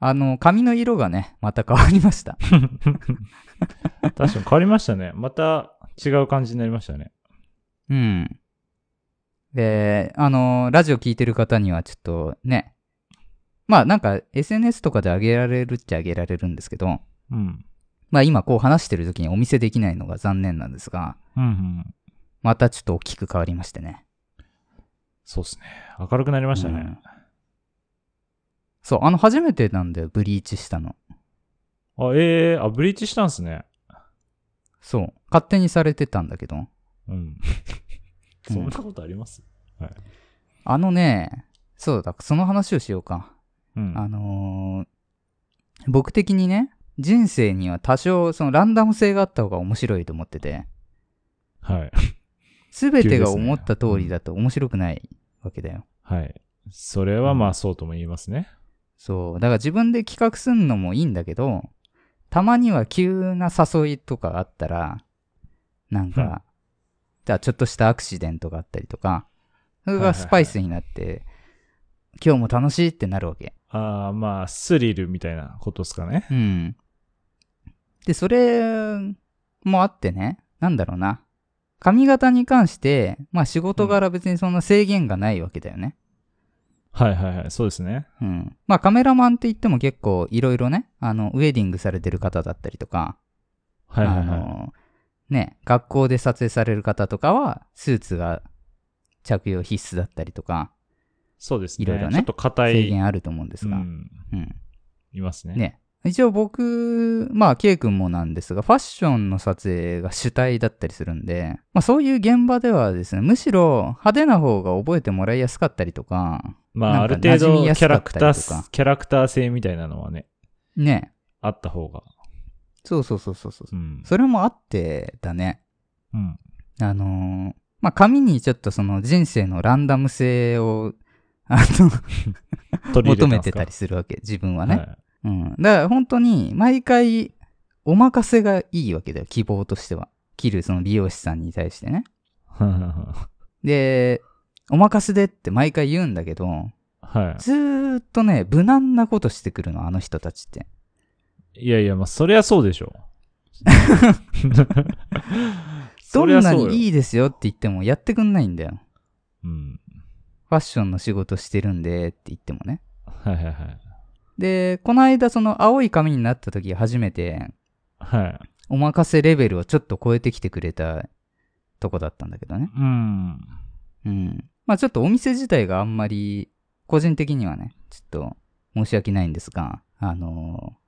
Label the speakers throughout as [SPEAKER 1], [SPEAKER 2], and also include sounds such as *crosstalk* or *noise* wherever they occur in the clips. [SPEAKER 1] あの、髪の色がね、また変わりました。
[SPEAKER 2] 確かに変わりましたね。また違う感じになりましたね。
[SPEAKER 1] うん。で、あの、ラジオ聞いてる方にはちょっとね、まあなんか SNS とかで上げられるっちゃ上げられるんですけど、
[SPEAKER 2] うん。
[SPEAKER 1] まあ今こう話してる時にお見せできないのが残念なんですが、
[SPEAKER 2] うんうん。
[SPEAKER 1] またちょっと大きく変わりましてね。
[SPEAKER 2] そうですね。明るくなりましたね。
[SPEAKER 1] うんそう、あの初めてなんだよ、ブリーチしたの。
[SPEAKER 2] あ、ええあ、ブリーチしたんすね。
[SPEAKER 1] そう、勝手にされてたんだけど、 *laughs*
[SPEAKER 2] う
[SPEAKER 1] う
[SPEAKER 2] ん。
[SPEAKER 1] ん
[SPEAKER 2] そんなことあります
[SPEAKER 1] あのね、そうだ、その話をしようか。
[SPEAKER 2] うん。
[SPEAKER 1] あのー僕的にね、人生には多少そのランダム性があった方が面白いと思ってて、
[SPEAKER 2] はい。
[SPEAKER 1] すべてが思った通りだと面白くないわけだよ。
[SPEAKER 2] はい。それはまあそうとも言いますね。
[SPEAKER 1] そう。だから自分で企画すんのもいいんだけど、たまには急な誘いとかあったら、なん
[SPEAKER 2] うん
[SPEAKER 1] か、じゃあちょっとしたアクシデントがあったりとか、それがスパイスになって、今日も楽しいってなるわけ。
[SPEAKER 2] ああ、まあ、スリルみたいなことですかね。
[SPEAKER 1] うん。で、それもあってね、なんだろうな。髪型に関して、まあ仕事柄別にそんな制限がないわけだよね。
[SPEAKER 2] はいはいはい。そうですね。
[SPEAKER 1] うん。まあカメラマンって言っても結構いろいろね、あの、ウェディングされてる方だったりとか、
[SPEAKER 2] はいはい
[SPEAKER 1] あ
[SPEAKER 2] はい。
[SPEAKER 1] の、ね、学校で撮影される方とかは、スーツが着用必須だったりとか、
[SPEAKER 2] そうですね。
[SPEAKER 1] いろいろね
[SPEAKER 2] ちょっと硬い。
[SPEAKER 1] 制限あると思うんですが、
[SPEAKER 2] うん。
[SPEAKER 1] うん。
[SPEAKER 2] いますね。
[SPEAKER 1] ね。一応僕、まあ、ケイ君もなんですが、ファッションの撮影が主体だったりするんで、まあそういう現場ではですね、むしろ派手な方が覚えてもらいやすかったりとか、
[SPEAKER 2] まあ、あ
[SPEAKER 1] な
[SPEAKER 2] る
[SPEAKER 1] んか馴
[SPEAKER 2] 程
[SPEAKER 1] 染み
[SPEAKER 2] 度
[SPEAKER 1] やす
[SPEAKER 2] キ
[SPEAKER 1] か
[SPEAKER 2] ャ
[SPEAKER 1] ったり
[SPEAKER 2] ラ
[SPEAKER 1] とか
[SPEAKER 2] クター、キャラクター性みたいなのはね、
[SPEAKER 1] ね。
[SPEAKER 2] あった方が。
[SPEAKER 1] そうそうそうそうそう。
[SPEAKER 2] うん。
[SPEAKER 1] それもあってだね。
[SPEAKER 2] うん。
[SPEAKER 1] あのーまあ紙にちょっとその人生のランダム性を、あの、
[SPEAKER 2] 取り入
[SPEAKER 1] 求
[SPEAKER 2] れ
[SPEAKER 1] め
[SPEAKER 2] んす
[SPEAKER 1] て
[SPEAKER 2] か
[SPEAKER 1] たりするわけ、自分はね。
[SPEAKER 2] はい
[SPEAKER 1] うん。だから本当に、毎回、お任せがいいわけだよ、希望としては。切るその美容師さんに対してね。で、お任せでって毎回言うんだけど、
[SPEAKER 2] は
[SPEAKER 1] ずーっとね、無難なことしてくるの、あの人たちって。
[SPEAKER 2] い。いやいや、まあ、そりゃそうで
[SPEAKER 1] *laughs*
[SPEAKER 2] しょ。
[SPEAKER 1] ど
[SPEAKER 2] そり
[SPEAKER 1] ん
[SPEAKER 2] ゃ
[SPEAKER 1] な
[SPEAKER 2] そうよ
[SPEAKER 1] にいいですよって言ってもやってくんないんだよ。
[SPEAKER 2] うん。
[SPEAKER 1] ファッションの仕事してるんでって言ってもね。
[SPEAKER 2] はいはいはい。
[SPEAKER 1] で、この間その青い髪になった時初めて、
[SPEAKER 2] はい。
[SPEAKER 1] お任せレベルをちょっと超えてきてくれたとこだったんだけどね。
[SPEAKER 2] うん。
[SPEAKER 1] うん。まあちょっとお店自体があんまり、個人的にはね、ちょっと申し訳ないんですが、あのー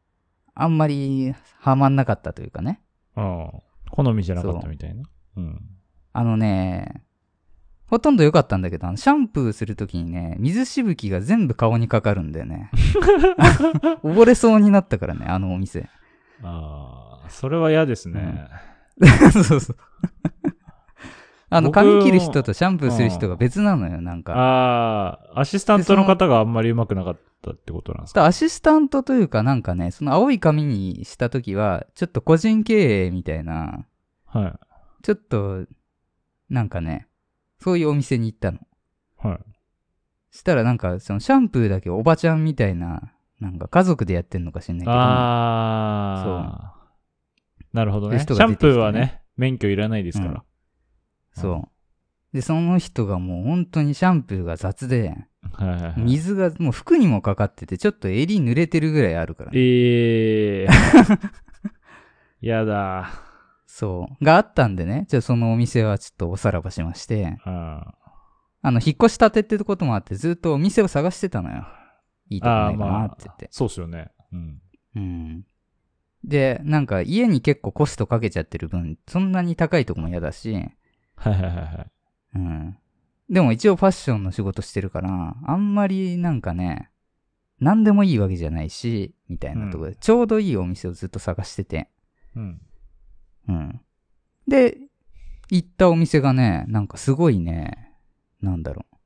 [SPEAKER 1] あんまりハマんなかったというかね。
[SPEAKER 2] ああ好みじゃなかった
[SPEAKER 1] そう
[SPEAKER 2] みたいな。うん。
[SPEAKER 1] あのね、ほとんど良かったんだけど、あのシャンプーするときにね、水しぶきが全部顔にかかるんだよ
[SPEAKER 2] *laughs*
[SPEAKER 1] ね。溺れそうになったからね、あのお店。
[SPEAKER 2] ああ、それは嫌ですね。
[SPEAKER 1] そうそう。あの、
[SPEAKER 2] 僕も
[SPEAKER 1] 髪切る人とシャンプーする人が別なのよ、なんか。
[SPEAKER 2] ああ、アシスタントの方があんまり上手くなかったってことなんですか
[SPEAKER 1] アシスタントというか、なんかね、その青い髪にしたときは、ちょっと個人経営みたいな、
[SPEAKER 2] はい。
[SPEAKER 1] ちょっと、なんかね、そういうお店に行ったの。
[SPEAKER 2] はい。
[SPEAKER 1] したらなんか、そのシャンプーだけおばちゃんみたいな、なんか家族でやってんのか知んないけど、
[SPEAKER 2] ああ。なるほどね。
[SPEAKER 1] そういう
[SPEAKER 2] シ
[SPEAKER 1] 人が
[SPEAKER 2] ャ
[SPEAKER 1] 出
[SPEAKER 2] ン
[SPEAKER 1] て
[SPEAKER 2] プ
[SPEAKER 1] きてね
[SPEAKER 2] ーはね、免許いらないですから。
[SPEAKER 1] そう。で、その人がもう本当にシャンプーが雑で、
[SPEAKER 2] はいはいはい。
[SPEAKER 1] 水がもう服にもかかってて、ちょっと襟濡れてるぐらいあるからね、
[SPEAKER 2] ええ *laughs* やだ。
[SPEAKER 1] そう。があったんでね、じゃあそのお店はちょっとおさらばしまして、
[SPEAKER 2] あ
[SPEAKER 1] あの、引っ越したてってこともあって、ずっとお店を探してたのよ。いいとこ
[SPEAKER 2] あ
[SPEAKER 1] な
[SPEAKER 2] ー、
[SPEAKER 1] いかなって言
[SPEAKER 2] ま
[SPEAKER 1] っ
[SPEAKER 2] あ
[SPEAKER 1] て、。
[SPEAKER 2] そうっすよね。うん。
[SPEAKER 1] うん。で、なんか家に結構コストかけちゃってる分、そんなに高いとこも嫌だし、
[SPEAKER 2] はいはいはいはい。
[SPEAKER 1] うん。でも一応ファッションの仕事してるから、あんまりなんかね、何でもいいわけじゃないし、みたいなところで、ちょうどいいお店をずっと探してて、
[SPEAKER 2] うん。
[SPEAKER 1] うん。で、行ったお店がね、なんかすごいね、なんだろう。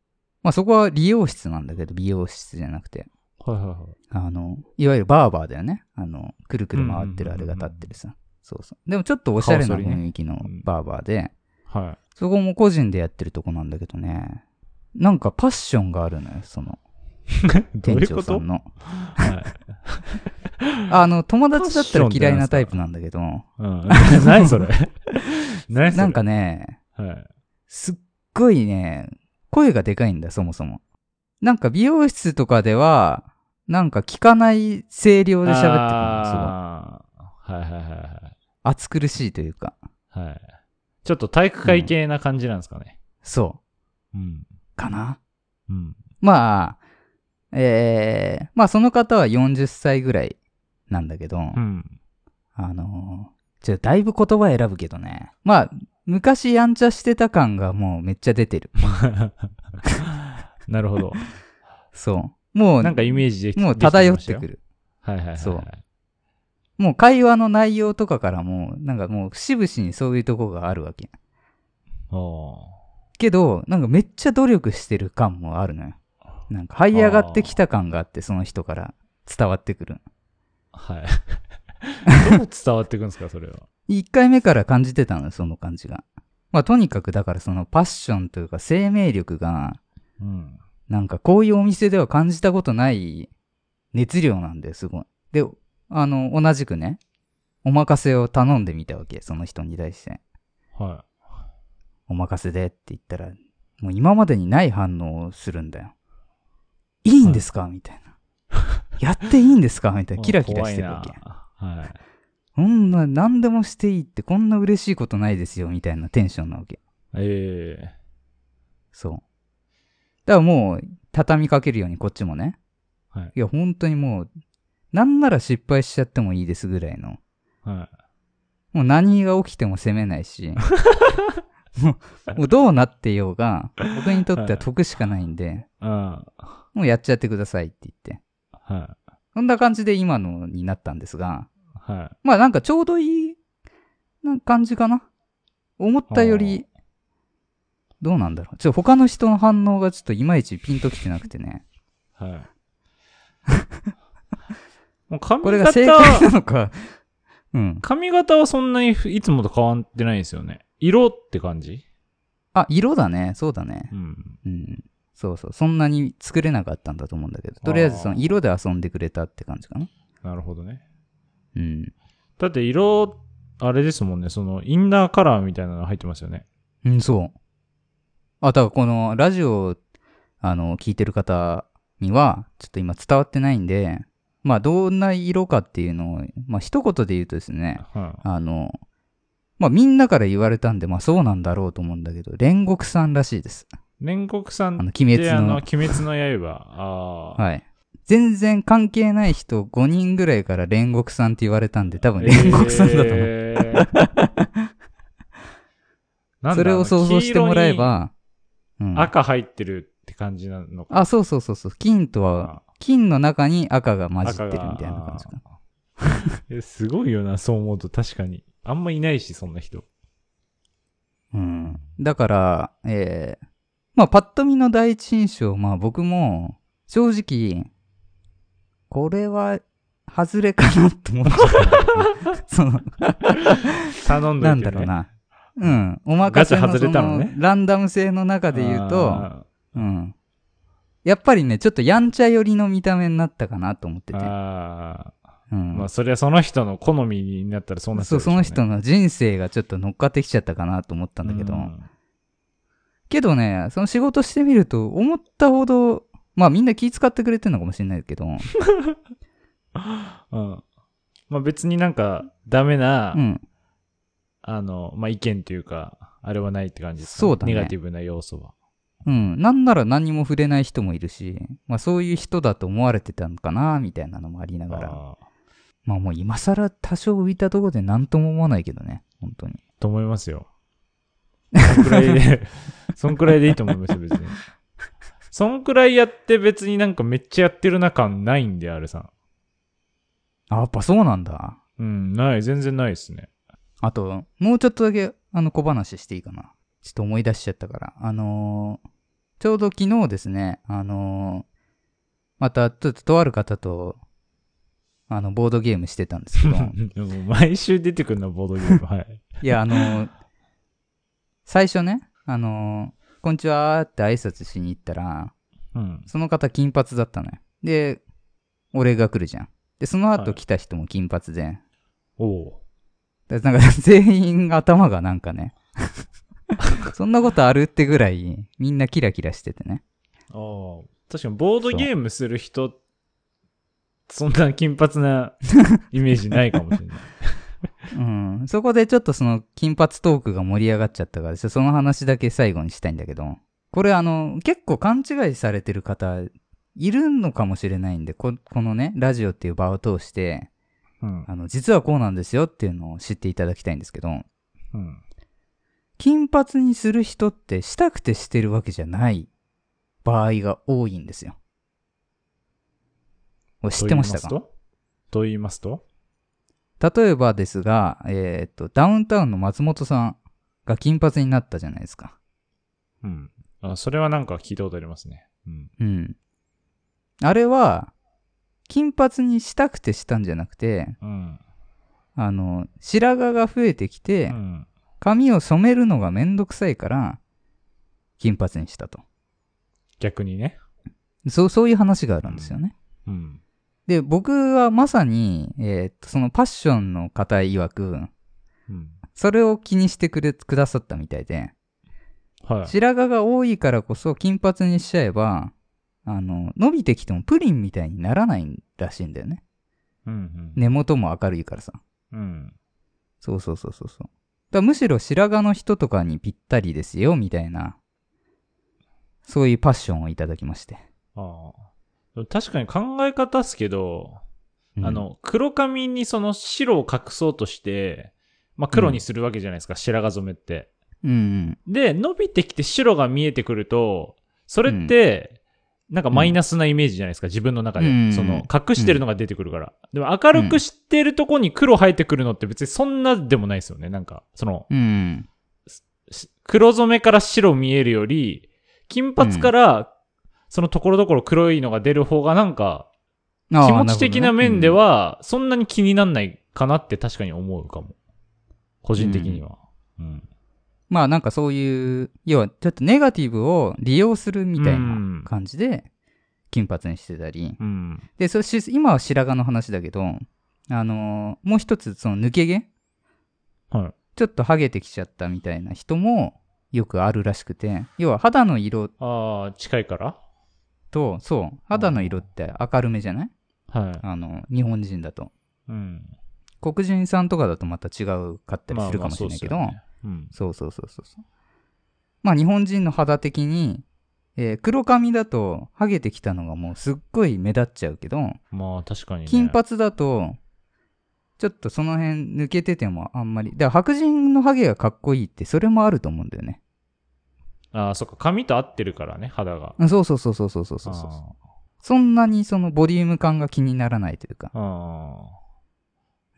[SPEAKER 1] まあそこは理容室なんだけど、美容室じゃなくて、
[SPEAKER 2] はいはいはい。
[SPEAKER 1] あの、いわゆるバーバーだよね。あの、くるくる回ってるあれが立ってるさ。そうそう。でもちょっとおしゃれな
[SPEAKER 2] 顔剃りね
[SPEAKER 1] 雰囲気のバーバーで、
[SPEAKER 2] はい。
[SPEAKER 1] そこも個人でやってるとこなんだけどね。なんかパッションがあるのよ、その
[SPEAKER 2] ど
[SPEAKER 1] 店
[SPEAKER 2] ういう
[SPEAKER 1] 長
[SPEAKER 2] こ
[SPEAKER 1] さ
[SPEAKER 2] と
[SPEAKER 1] んの。
[SPEAKER 2] はい
[SPEAKER 1] あの、友達だったら嫌いなタイプなんだけど、
[SPEAKER 2] うん。 *laughs*
[SPEAKER 1] *laughs*
[SPEAKER 2] 何それ何それ
[SPEAKER 1] なんかね、
[SPEAKER 2] はい。
[SPEAKER 1] すっごいね、声がでかいんだ、そもそも。なんか美容室とかでは、なんか聞かない声量で喋ってくるの、すごい。
[SPEAKER 2] あーはいはいはいはい。
[SPEAKER 1] 暑苦しいというか。
[SPEAKER 2] はい。ちょっと体育会系な感じなんですかね。
[SPEAKER 1] そ
[SPEAKER 2] うん。
[SPEAKER 1] う。かな
[SPEAKER 2] うん。
[SPEAKER 1] まあ、えー、まあその方は40歳ぐらいなんだけど、
[SPEAKER 2] うん。 *laughs*
[SPEAKER 1] あのー、ちょ、だいぶ言葉選ぶけどね。まあ、昔やんちゃしてた感がもうめっちゃ出てる。*laughs*
[SPEAKER 2] なるほど。
[SPEAKER 1] そう。もう、
[SPEAKER 2] なんかイメージでき
[SPEAKER 1] もう漂ってく
[SPEAKER 2] る。
[SPEAKER 1] る。
[SPEAKER 2] はいはいはいはい。
[SPEAKER 1] そうもう会話の内容とかからもう、なんかもう節々にそういうとこがあるわけ。
[SPEAKER 2] お
[SPEAKER 1] けど、なんかめっちゃ努力してる感もあるのよ。なんか這い上がってきた感があって、その人から伝わってくる。
[SPEAKER 2] ーはい。 *laughs* どう伝わってくんですか、それは。
[SPEAKER 1] 1回目から感じてたのよ、その感じが。まあとにかくだからそのパッションというか生命力が、
[SPEAKER 2] うん。
[SPEAKER 1] なんかこういうお店では感じたことない熱量なんですごい。で、あの、同じくね、お任せを頼んでみたわけ、その人に対して。
[SPEAKER 2] は
[SPEAKER 1] お任せでって言ったら、もう今までにない反応をするんだよ。いいんですかみたいな。やっていいんですかみたい
[SPEAKER 2] い。 *laughs*
[SPEAKER 1] な。キラキラしてるわけ
[SPEAKER 2] 怖い。なはい。
[SPEAKER 1] そんな、何でもしていいってこんな嬉しいことないですよ、みたいなテンションなわけ。
[SPEAKER 2] ええ
[SPEAKER 1] そう。だからもう、畳みかけるようにこっちもね。
[SPEAKER 2] はい。
[SPEAKER 1] いや、本当にもう、なんなら失敗しちゃってもいいですぐらいの。
[SPEAKER 2] はい。
[SPEAKER 1] もう何が起きても責めないし。もう、もうどうなってようが、僕にとっては得しかないんで、
[SPEAKER 2] うん。は
[SPEAKER 1] もうやっちゃってくださいって言って。
[SPEAKER 2] い。は
[SPEAKER 1] そんな感じで今のになったんですが、
[SPEAKER 2] い。
[SPEAKER 1] まあなんかちょうどいいな感じかな。思ったより、どうなんだろう。ちょ、他の人の反応がちょっといまいちピンときてなくてね。
[SPEAKER 2] はい。 *laughs* もう髪
[SPEAKER 1] これが正
[SPEAKER 2] 型、
[SPEAKER 1] 解なのか。うん。
[SPEAKER 2] *laughs* 髪型はそんなにいつもと変わってないんですよね。色って感じ
[SPEAKER 1] あ、色だね。そうだね。
[SPEAKER 2] うん。
[SPEAKER 1] うん。そうそう。そんなに作れなかったんだと思うんだけど。とりあえずその色で遊んでくれたって感じかな。
[SPEAKER 2] なるほどね。
[SPEAKER 1] うん。
[SPEAKER 2] だって色、あれですもんね、そのインナーカラーみたいなの入ってますよね。
[SPEAKER 1] うん、そう。あ、だからこのラジオ、あの、聞いてる方には、ちょっと今伝わってないんで、まあ、どんな色かっていうのを、まあ、一言で言うとですね、
[SPEAKER 2] は
[SPEAKER 1] あの、まあ、みんなから言われたんで、まあ、そうなんだろうと思うんだけど、煉獄さんらしいです。
[SPEAKER 2] い。煉獄さ
[SPEAKER 1] あ
[SPEAKER 2] ん
[SPEAKER 1] の、
[SPEAKER 2] っ
[SPEAKER 1] 鬼滅
[SPEAKER 2] てあの、
[SPEAKER 1] の
[SPEAKER 2] 鬼滅の刃。ああ。
[SPEAKER 1] はい。全然関係ない人5人ぐらいから煉獄さんって言われたんで、多分
[SPEAKER 2] えー
[SPEAKER 1] 煉獄さんだと思う。 *laughs*
[SPEAKER 2] なんだ
[SPEAKER 1] それを想像してもらえ。ば、う
[SPEAKER 2] あ
[SPEAKER 1] ん
[SPEAKER 2] の黄色に赤入ってるって感じなのか
[SPEAKER 1] あ、そうそうそうそう。金とは、
[SPEAKER 2] な。
[SPEAKER 1] 金の中に赤が混じって
[SPEAKER 2] 赤
[SPEAKER 1] る
[SPEAKER 2] が
[SPEAKER 1] みたいな感じかな。
[SPEAKER 2] えすごいよな、そう思うと確かに。あんまいないし、そんな人。
[SPEAKER 1] うん。だから、えー、まあ、パッと見の第一印象、まあ僕も、正直、これは、外れかなと思っちゃったんだ
[SPEAKER 2] *laughs*
[SPEAKER 1] けど。その、
[SPEAKER 2] 頼んで
[SPEAKER 1] なんだろうな。うん。お任せ
[SPEAKER 2] ガ
[SPEAKER 1] の
[SPEAKER 2] チ外
[SPEAKER 1] そ
[SPEAKER 2] れたの
[SPEAKER 1] の
[SPEAKER 2] ね
[SPEAKER 1] ランダム性の中で言うと、うん。やっぱりね、ちょっとやんちゃ寄りの見た目になったかなと思ってて。
[SPEAKER 2] あ
[SPEAKER 1] う
[SPEAKER 2] ー
[SPEAKER 1] ん
[SPEAKER 2] まあ、そりゃその人の好みになったらそうなっち
[SPEAKER 1] そ
[SPEAKER 2] ゃ
[SPEAKER 1] う、
[SPEAKER 2] でしょ
[SPEAKER 1] そうの
[SPEAKER 2] ね
[SPEAKER 1] 人の人生がちょっと乗っかってきちゃったかなと思ったんだけど、
[SPEAKER 2] うん
[SPEAKER 1] けどね、その仕事してみると、思ったほど、まあみんな気使ってくれてるのかもしれない
[SPEAKER 2] *laughs*
[SPEAKER 1] けど、
[SPEAKER 2] うん。まあ別になんか、ダメな、
[SPEAKER 1] うん、
[SPEAKER 2] あの、まあ意見というか、あれはないって感じですか、
[SPEAKER 1] そうだね
[SPEAKER 2] ネガティブな要素は。
[SPEAKER 1] うん、なんなら何にも触れない人もいるし、まあそういう人だと思われてたのかな、みたいなのもありながら、
[SPEAKER 2] あー
[SPEAKER 1] まあもう今更多少浮いたところで何とも思わないけどね、本当に。
[SPEAKER 2] と思いますよ。そんくら
[SPEAKER 1] *laughs*
[SPEAKER 2] いで、そんくらいでいいと思いますよ、別に。そんくらいやって別になんかめっちゃやってる中ないんで、あれさん。
[SPEAKER 1] あ、やっぱそうなんだ。
[SPEAKER 2] うん、ない、全然ないですね。
[SPEAKER 1] あと、もうちょっとだけ、あの、小話していいかな。ちょっと思い出しちゃったから。あのーちょうど昨日ですね、あのーまた、ちょっととある方と、あの、ボードゲームしてたんですけど、
[SPEAKER 2] でも毎週出てくるな、ボードゲーム。はい。
[SPEAKER 1] いや、あのー最初ね、あのーこんにちはーって挨拶しに行ったら、
[SPEAKER 2] うん。
[SPEAKER 1] その方金髪だったのよ。で、俺が来るじゃん。で、その
[SPEAKER 2] は
[SPEAKER 1] 後
[SPEAKER 2] い
[SPEAKER 1] 来た人も金髪で、
[SPEAKER 2] おお
[SPEAKER 1] だからなんか *laughs* 全員頭がなんかね、 *laughs* そんなことあるってぐらい、みんなキラキラしててね。
[SPEAKER 2] ああ。確かにボードゲームする人、そんな金
[SPEAKER 1] *laughs*
[SPEAKER 2] 髪なイメージないかもしれない。
[SPEAKER 1] うん。そこでちょっとその金髪トークが盛り上がっちゃったから、ちょっとその話だけ最後にしたいんだけど、これあの、結構勘違いされてる方、いるのかもしれないんで、ここのね、ラジオっていう場を通して、
[SPEAKER 2] うん。
[SPEAKER 1] あの、実はこうなんですよっていうのを知っていただきたいんですけど、
[SPEAKER 2] うん。
[SPEAKER 1] 金髪にする人ってしたくてしてるわけじゃない場合が多いんですよ。これ知ってましたか
[SPEAKER 2] と言いますと
[SPEAKER 1] 例えばですが、えーっと、ダウンタウンの松本さんが金髪になったじゃないですか。
[SPEAKER 2] と言いますとうん。あそれはなんか聞いたことありますね。うん。
[SPEAKER 1] うん。あれは、金髪にしたくてしたんじゃなくて、
[SPEAKER 2] うん。
[SPEAKER 1] あの、白髪が増えてき
[SPEAKER 2] う
[SPEAKER 1] て、
[SPEAKER 2] ん。
[SPEAKER 1] 髪を染めるのがめんどくさいから、金髪にしたと。
[SPEAKER 2] 逆にね。
[SPEAKER 1] そう、そういう話があるんですよね。
[SPEAKER 2] うん。
[SPEAKER 1] で、僕はまさに、えーっと、そのパッションの方曰く、
[SPEAKER 2] うん。
[SPEAKER 1] それを気にしてくれ、くださったみたいで、
[SPEAKER 2] はい。
[SPEAKER 1] 白髪が多いからこそ金髪にしちゃえば、あの、伸びてきてもプリンみたいにならないらしいんだよね。
[SPEAKER 2] うん。うん。
[SPEAKER 1] 根元も明るいからさ。
[SPEAKER 2] うん。
[SPEAKER 1] そうそうそうそうそう。だからむしろ白髪の人とかにぴったりですよ、みたいな、そういうパッションをいただきまして。
[SPEAKER 2] ああ。確かに考え方っすけど、
[SPEAKER 1] うん
[SPEAKER 2] あ、の、黒髪にその白を隠そうとして、まあ、黒にするわけじゃないですか、白髪染めって。
[SPEAKER 1] うんうん。
[SPEAKER 2] で、伸びてきて白が見えてくると、それって、なんかマイナスなイメージじゃないですか、自分の中で。
[SPEAKER 1] うん
[SPEAKER 2] その、隠してるのが出てくるから。でも明るくしてるとこに黒生えてくるのって別にそんなでもないですよね、なんか。その、
[SPEAKER 1] うんうん。
[SPEAKER 2] し黒染めから白見えるより、金髪から、そのところどころ黒いのが出る方がなんか、
[SPEAKER 1] あー
[SPEAKER 2] 気持ち的な面で、
[SPEAKER 1] るほどね
[SPEAKER 2] は、そんなに気になんないかなって確かに思うかも。個人的には。うん。
[SPEAKER 1] うんまあなんかそういう、要はちょっとネガティブを利用するみたいな感じで、金髪にしてたり、
[SPEAKER 2] うん。
[SPEAKER 1] で、そし今は白髪の話だけど、あのーもう一つ、その抜け毛
[SPEAKER 2] はい。
[SPEAKER 1] ちょっとハゲてきちゃったみたいな人もよくあるらしくて、要は肌の色
[SPEAKER 2] ああ、近いから
[SPEAKER 1] と、そう、肌の色って明るめじゃない
[SPEAKER 2] はい。
[SPEAKER 1] あの、日本人だと。
[SPEAKER 2] うん。
[SPEAKER 1] 黒人さんとかだとまた違うかったりするかもしれないけど、
[SPEAKER 2] まあまあそうっすよね
[SPEAKER 1] そうそうそうそうそう。まあ日本人の肌的に、えー黒髪だとハゲてきたのがもうすっごい目立っちゃうけど、
[SPEAKER 2] うん。まあ確かに、ね。
[SPEAKER 1] 金髪だと、ちょっとその辺抜けててもあんまり。だから白人のハゲがかっこいいってそれもあると思うんだよね。
[SPEAKER 2] ああ、そっか。髪と合ってるからね、肌が。
[SPEAKER 1] うんそうそうそうそうそうそうそうそう。そんなにそのボリューム感が気にならないというか。
[SPEAKER 2] あー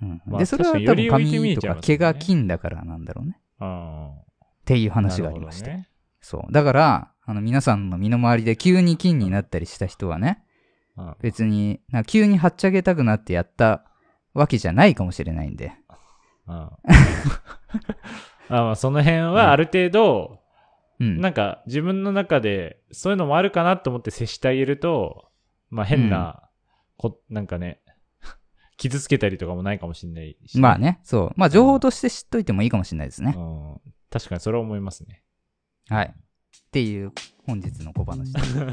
[SPEAKER 1] うん
[SPEAKER 2] まあ
[SPEAKER 1] で、それは
[SPEAKER 2] 確
[SPEAKER 1] 多
[SPEAKER 2] かに
[SPEAKER 1] 分
[SPEAKER 2] より浮いて見
[SPEAKER 1] 髪
[SPEAKER 2] え
[SPEAKER 1] と
[SPEAKER 2] ちゃい
[SPEAKER 1] か
[SPEAKER 2] ます
[SPEAKER 1] 毛
[SPEAKER 2] よね
[SPEAKER 1] が金だからなんだろうね。
[SPEAKER 2] あー。あ
[SPEAKER 1] っていう
[SPEAKER 2] あ。
[SPEAKER 1] 話がありました。
[SPEAKER 2] なるほどね
[SPEAKER 1] そう。だから、あの皆さんの身の回りで急に金になったりした人はね、
[SPEAKER 2] うん
[SPEAKER 1] 別に、なんか急にはっちゃけたくなってやったわけじゃないかもしれないんで。
[SPEAKER 2] うん *laughs* あーまあその辺はある程度、
[SPEAKER 1] うん。
[SPEAKER 2] なんか自分の中でそういうのもあるかなと思って接してあげると、まあ変な、こなんかね、 *laughs* 傷つけたりとかもないかもしれないし。
[SPEAKER 1] まあね、そう。まあ情報として知っといてもいいかもしれないですね
[SPEAKER 2] う。ん。確かにそれは思いますね。 *laughs*
[SPEAKER 1] はい。っていう本日の小話
[SPEAKER 2] *laughs*
[SPEAKER 1] です。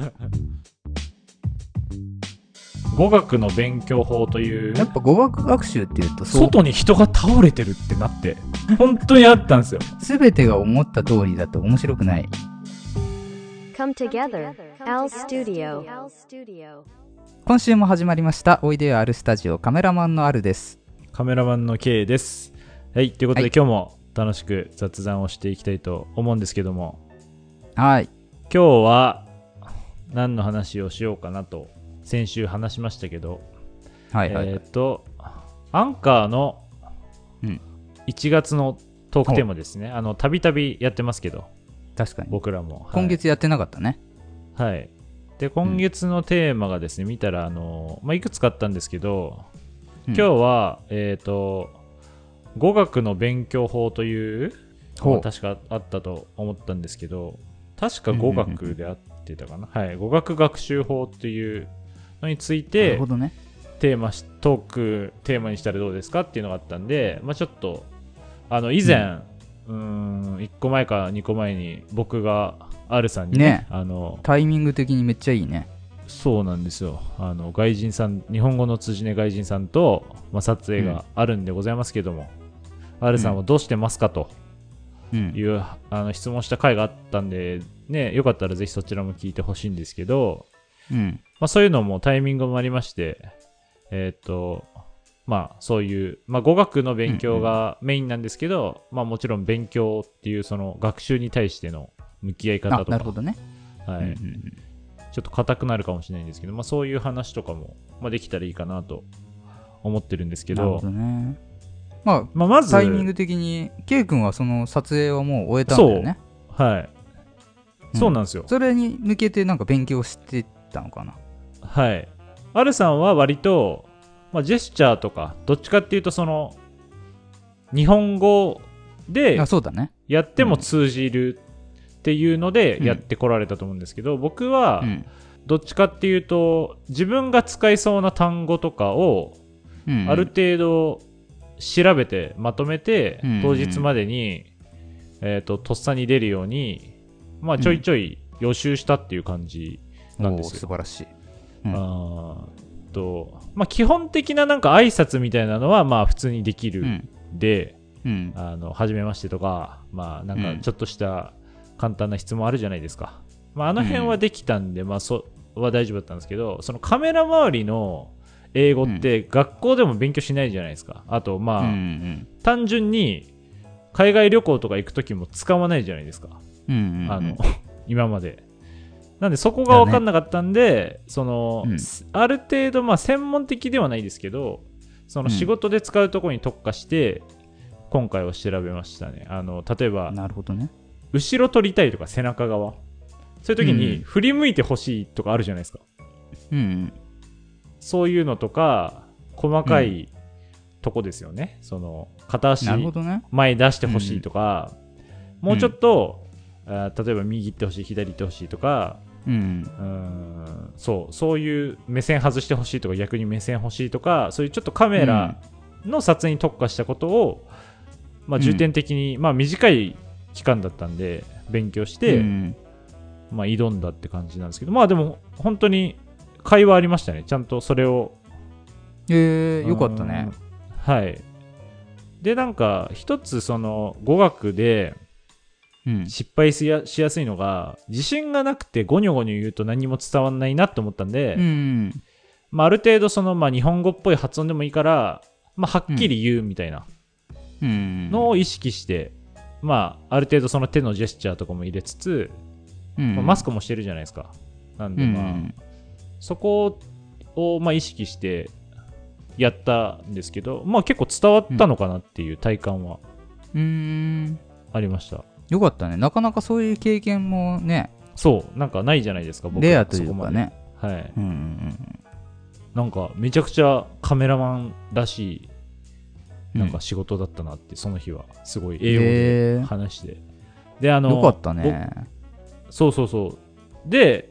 [SPEAKER 2] 語学の勉強法という、
[SPEAKER 1] やっぱ語学学習っていうとそう、
[SPEAKER 2] 外に人が倒れてるってなって、本当にあったんですよ。
[SPEAKER 1] すべてが思った通りだと面白くない。
[SPEAKER 3] Come together, Al Studio. Al Studio.
[SPEAKER 1] 今週も始まりました、おいでよあるスタジオカメラマンのあるです。
[SPEAKER 2] カメラマンの K です。はい、ということで、
[SPEAKER 1] はい
[SPEAKER 2] 今日も楽しく雑談をしていきたいと思うんですけども、
[SPEAKER 1] はい。
[SPEAKER 2] 今日は何の話をしようかなと先週話しましたけど、
[SPEAKER 1] はいはい。
[SPEAKER 2] えーっとアンカーの
[SPEAKER 1] うん
[SPEAKER 2] 1月のトークテーマですねあのたびたびやってますけど
[SPEAKER 1] 確かに。
[SPEAKER 2] 僕らも、はい
[SPEAKER 1] 今月やってなかったね。
[SPEAKER 2] はいで今月のテーマがですね、見たらあの、まあ、いくつかあったんですけど
[SPEAKER 1] うん
[SPEAKER 2] 今日は、えーっと語学の勉強法という
[SPEAKER 1] ほう
[SPEAKER 2] 確かあったと思ったんですけど確か語学であってたかな、はい、語学学習法っていうのについ
[SPEAKER 1] なる
[SPEAKER 2] て
[SPEAKER 1] ほどね。
[SPEAKER 2] テーマしトークテーマにしたらどうですかっていうのがあったんで、まあ、ちょっとあの以前、うーん、1個前か2個前に僕が R さんにね
[SPEAKER 1] ね
[SPEAKER 2] あの
[SPEAKER 1] タイミング的にめっちゃいいね。
[SPEAKER 2] そうなんですよあの外人さん日本語の辻根外人さんと、まあ、撮影があるんでございますけども、R さんはどうしてますかと
[SPEAKER 1] うん
[SPEAKER 2] い。う、あの質問した回があったんで、ね、よかったらぜひそちらも聞いてほしいんですけど、
[SPEAKER 1] うん。
[SPEAKER 2] まあ、そういうのもタイミングもありまして、えっ、と、まあそういう、まあ、語学の勉強がメインなんですけど、まあもちろん勉強っていうその学習に対しての向き合い方
[SPEAKER 1] あ
[SPEAKER 2] と、か、
[SPEAKER 1] なるほどね。
[SPEAKER 2] はい
[SPEAKER 1] うんうんうん
[SPEAKER 2] ちょっと硬くなるかもしれないんですけど、まあそういう話とかも、まあ、できたらいいかなと思ってるんですけ
[SPEAKER 1] なる
[SPEAKER 2] ど、
[SPEAKER 1] ほどね。ま
[SPEAKER 2] まあま
[SPEAKER 1] あ、
[SPEAKER 2] ず、
[SPEAKER 1] タイミング的に、K 君はその撮影はもう終えたんだよね。
[SPEAKER 2] はい、
[SPEAKER 1] うん
[SPEAKER 2] そうなんですよ。
[SPEAKER 1] それに向けてなんか勉強してたのかな。
[SPEAKER 2] はい。アルさんは割と、まあ、ジェスチャーとか、どっちかっていうと、その、日本語で
[SPEAKER 1] あそうだね。
[SPEAKER 2] やっても通じるっていうので
[SPEAKER 1] うん
[SPEAKER 2] やってこられたと思うんですけど、僕は
[SPEAKER 1] うん。
[SPEAKER 2] どっちかっていうと、自分が使いそうな単語とかを、
[SPEAKER 1] うん
[SPEAKER 2] ある程度調べて、まとめて
[SPEAKER 1] うん、
[SPEAKER 2] 当日までに、えっ、と、とっさに出るように、まあ、ちょいちょい予習したっていう感じなんですよ
[SPEAKER 1] おー素晴らしい。うん
[SPEAKER 2] あーとまあ、基本的ななんか挨拶みたいなのはまあ普通にでき
[SPEAKER 1] う
[SPEAKER 2] るん
[SPEAKER 1] ん。
[SPEAKER 2] で、
[SPEAKER 1] うん。
[SPEAKER 2] あの初めましてとか、まあ、なん
[SPEAKER 1] う
[SPEAKER 2] か
[SPEAKER 1] ん
[SPEAKER 2] ちょっとした簡単な質問あるじゃないですか、まあ、あの辺はできたんで、まあ、そは大丈夫だったんですけどそのカメラ周りの英語って学校でも勉強しないじゃないですかあとま
[SPEAKER 1] う
[SPEAKER 2] あ、
[SPEAKER 1] んうん
[SPEAKER 2] 単純に海外旅行とか行く時も使わないじゃないですか
[SPEAKER 1] うんうんうん
[SPEAKER 2] あの、 *laughs* 今まで。なんでそこが分かんなかったんで、その、
[SPEAKER 1] うん
[SPEAKER 2] ある程度、まあ専門的ではないですけど、その仕事で使うところに特化して、今回は調べましたね。あの、例えば、
[SPEAKER 1] なるほどね。
[SPEAKER 2] 後ろ取りたいとか背中側。そういう時
[SPEAKER 1] うん
[SPEAKER 2] に振り向いてほしいとかあるじゃないですか。
[SPEAKER 1] うんうん。
[SPEAKER 2] そういうのとか、細かいとこですよね。その、片足
[SPEAKER 1] なるほどね。
[SPEAKER 2] 前に出してほしいとか、
[SPEAKER 1] ん
[SPEAKER 2] もうちょっと、あー例えば右行ってほしい、左行ってほしいとか、
[SPEAKER 1] うん。
[SPEAKER 2] うーんそうそういう目線外してほしいとか逆に目線欲しいとかそういうちょっとカメラの撮影に特化したことを、まあ、重点的に、まあ、短い期間だったんで勉強して、
[SPEAKER 1] うん
[SPEAKER 2] まあ、挑んだって感じなんですけどまあでも本当に会話ありましたねちゃんとそれを
[SPEAKER 1] えー、よかったね。
[SPEAKER 2] はいでなんか一つその語学で
[SPEAKER 1] うん。
[SPEAKER 2] 失敗しやしやすいのが自信がなくてゴニョゴニョ言うと何も伝わんないなと思ったんで、
[SPEAKER 1] うん。
[SPEAKER 2] まあ、ある程度その、まあ、日本語っぽい発音でもいいから、まあ、はっきり言うみたいな
[SPEAKER 1] うん。
[SPEAKER 2] のを意識して、まあ、ある程度その手のジェスチャーとかも入れつつ、
[SPEAKER 1] うん、
[SPEAKER 2] まあマスクもしてるじゃないですかなんで、
[SPEAKER 1] うん
[SPEAKER 2] まあそこを、まあ、意識してやったんですけど、まあ、結構伝わったのかなっていう体感は
[SPEAKER 1] うん。うん。
[SPEAKER 2] ありました、
[SPEAKER 1] よかったね。なかなかそういう経験もね、
[SPEAKER 2] そうなんかないじゃないですか僕
[SPEAKER 1] レアというかね。
[SPEAKER 2] そこまではい
[SPEAKER 1] うんうんうん。
[SPEAKER 2] なんかめちゃくちゃカメラマンらしいなんか仕事だったなって、その日はすごい英語で
[SPEAKER 1] えー
[SPEAKER 2] 話で。で、あの、
[SPEAKER 1] よかったね。
[SPEAKER 2] ぼそうそうそう。で、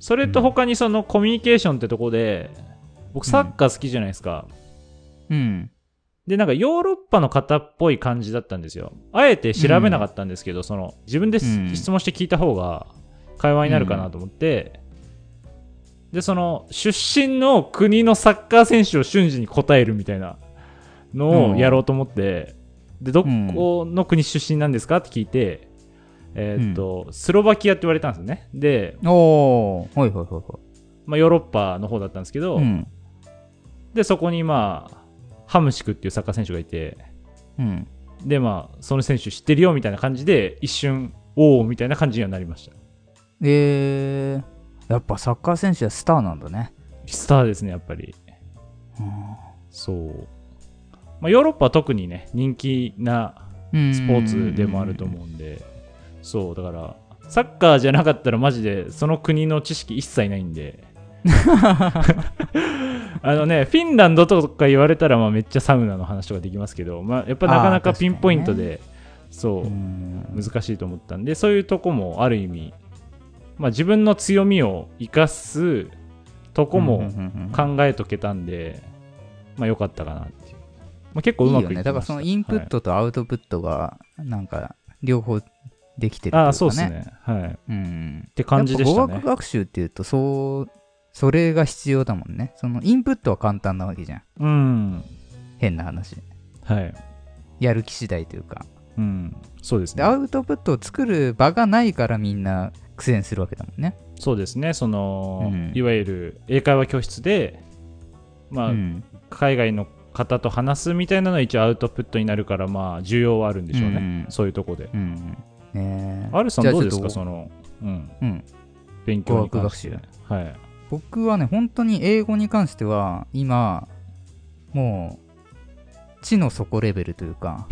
[SPEAKER 2] それと他にそのコミュニケーションってとこで、僕サッカー好きじゃないですか。
[SPEAKER 1] うん。
[SPEAKER 2] で、なんかヨーロッパの方っぽい感じだったんですよ。あえて調べなかったんですけど、その、自分で
[SPEAKER 1] うん
[SPEAKER 2] 質問して聞いた方が会話になるかなと思って、で、その、出身の国のサッカー選手を瞬時に答えるみたいなのをやろうと思って、で、どこの国出身なんですかって聞いて、えーっと、スロバキアって言われたんですよね。で、
[SPEAKER 1] おー、はいはいはいは
[SPEAKER 2] まあ、ヨーロッパの方だったんですけど、
[SPEAKER 1] い。うん。
[SPEAKER 2] で、そこにまあ、ハムシクっていうサッカー選手がいて、
[SPEAKER 1] うん。
[SPEAKER 2] でまあその選手知ってるよみたいな感じで一瞬おおみたいな感じにはなりました
[SPEAKER 1] えー、やっぱサッカー選手はスターなんだね。
[SPEAKER 2] スターですねやっぱり
[SPEAKER 1] う
[SPEAKER 2] そう、まあ、ヨーロッパは特にね人気なんスポーツでもあると思うんでそうだからサッカーじゃなかったらマジでその国の知識一切ない
[SPEAKER 1] *laughs*
[SPEAKER 2] んであのねフィンランドとか言われたらまあめっちゃサウナの話とかできますけど、まあ、やっぱなかな
[SPEAKER 1] あ
[SPEAKER 2] か
[SPEAKER 1] ー
[SPEAKER 2] ピンポイント
[SPEAKER 1] 確
[SPEAKER 2] で、そう、
[SPEAKER 1] うん。
[SPEAKER 2] 難しいと思ったんでそういうとこもある意味、まあ、自分の強みを生かすとこ
[SPEAKER 1] うんうん
[SPEAKER 2] も
[SPEAKER 1] うんうん
[SPEAKER 2] 考えとけたんで、まあ良かったかなっていう。まあ、結構
[SPEAKER 1] いうい
[SPEAKER 2] ま
[SPEAKER 1] よ
[SPEAKER 2] くいきました
[SPEAKER 1] ね。だからそのインプットとアウトプットが、なんか、両方できてるというか、
[SPEAKER 2] はい
[SPEAKER 1] ね。
[SPEAKER 2] ああ、そうです。ね。はい。っ
[SPEAKER 1] うん。
[SPEAKER 2] て感じでし
[SPEAKER 1] や
[SPEAKER 2] た
[SPEAKER 1] っぱ語
[SPEAKER 2] ね
[SPEAKER 1] 学。学習っていうと、そう、それが必要だもんね。そのインプットは簡単なわけじゃん。
[SPEAKER 2] うん。
[SPEAKER 1] 変な話。
[SPEAKER 2] はい。
[SPEAKER 1] やる気次第というか。
[SPEAKER 2] うん。そうです
[SPEAKER 1] で、
[SPEAKER 2] ね。
[SPEAKER 1] アウトプットを作る場がないからみんな苦戦するわけだもんね。
[SPEAKER 2] そうですね。その、
[SPEAKER 1] うん
[SPEAKER 2] いわゆる英会話教室で、まあ、
[SPEAKER 1] うん。
[SPEAKER 2] 海外の方と話すみたいなのは一応アウトプットになるから、まあ、需要はあるんでしょうね。
[SPEAKER 1] うん
[SPEAKER 2] そういうとこで。
[SPEAKER 1] うん。ねえ
[SPEAKER 2] アルさん
[SPEAKER 1] じゃあ
[SPEAKER 2] どうです
[SPEAKER 1] ちょ
[SPEAKER 2] か
[SPEAKER 1] っと
[SPEAKER 2] その、うん、
[SPEAKER 1] うん。
[SPEAKER 2] 勉強に関して
[SPEAKER 1] 語
[SPEAKER 2] はい。
[SPEAKER 1] 僕はね、本当に英語に関しては、今、もう、地の底レベルというか、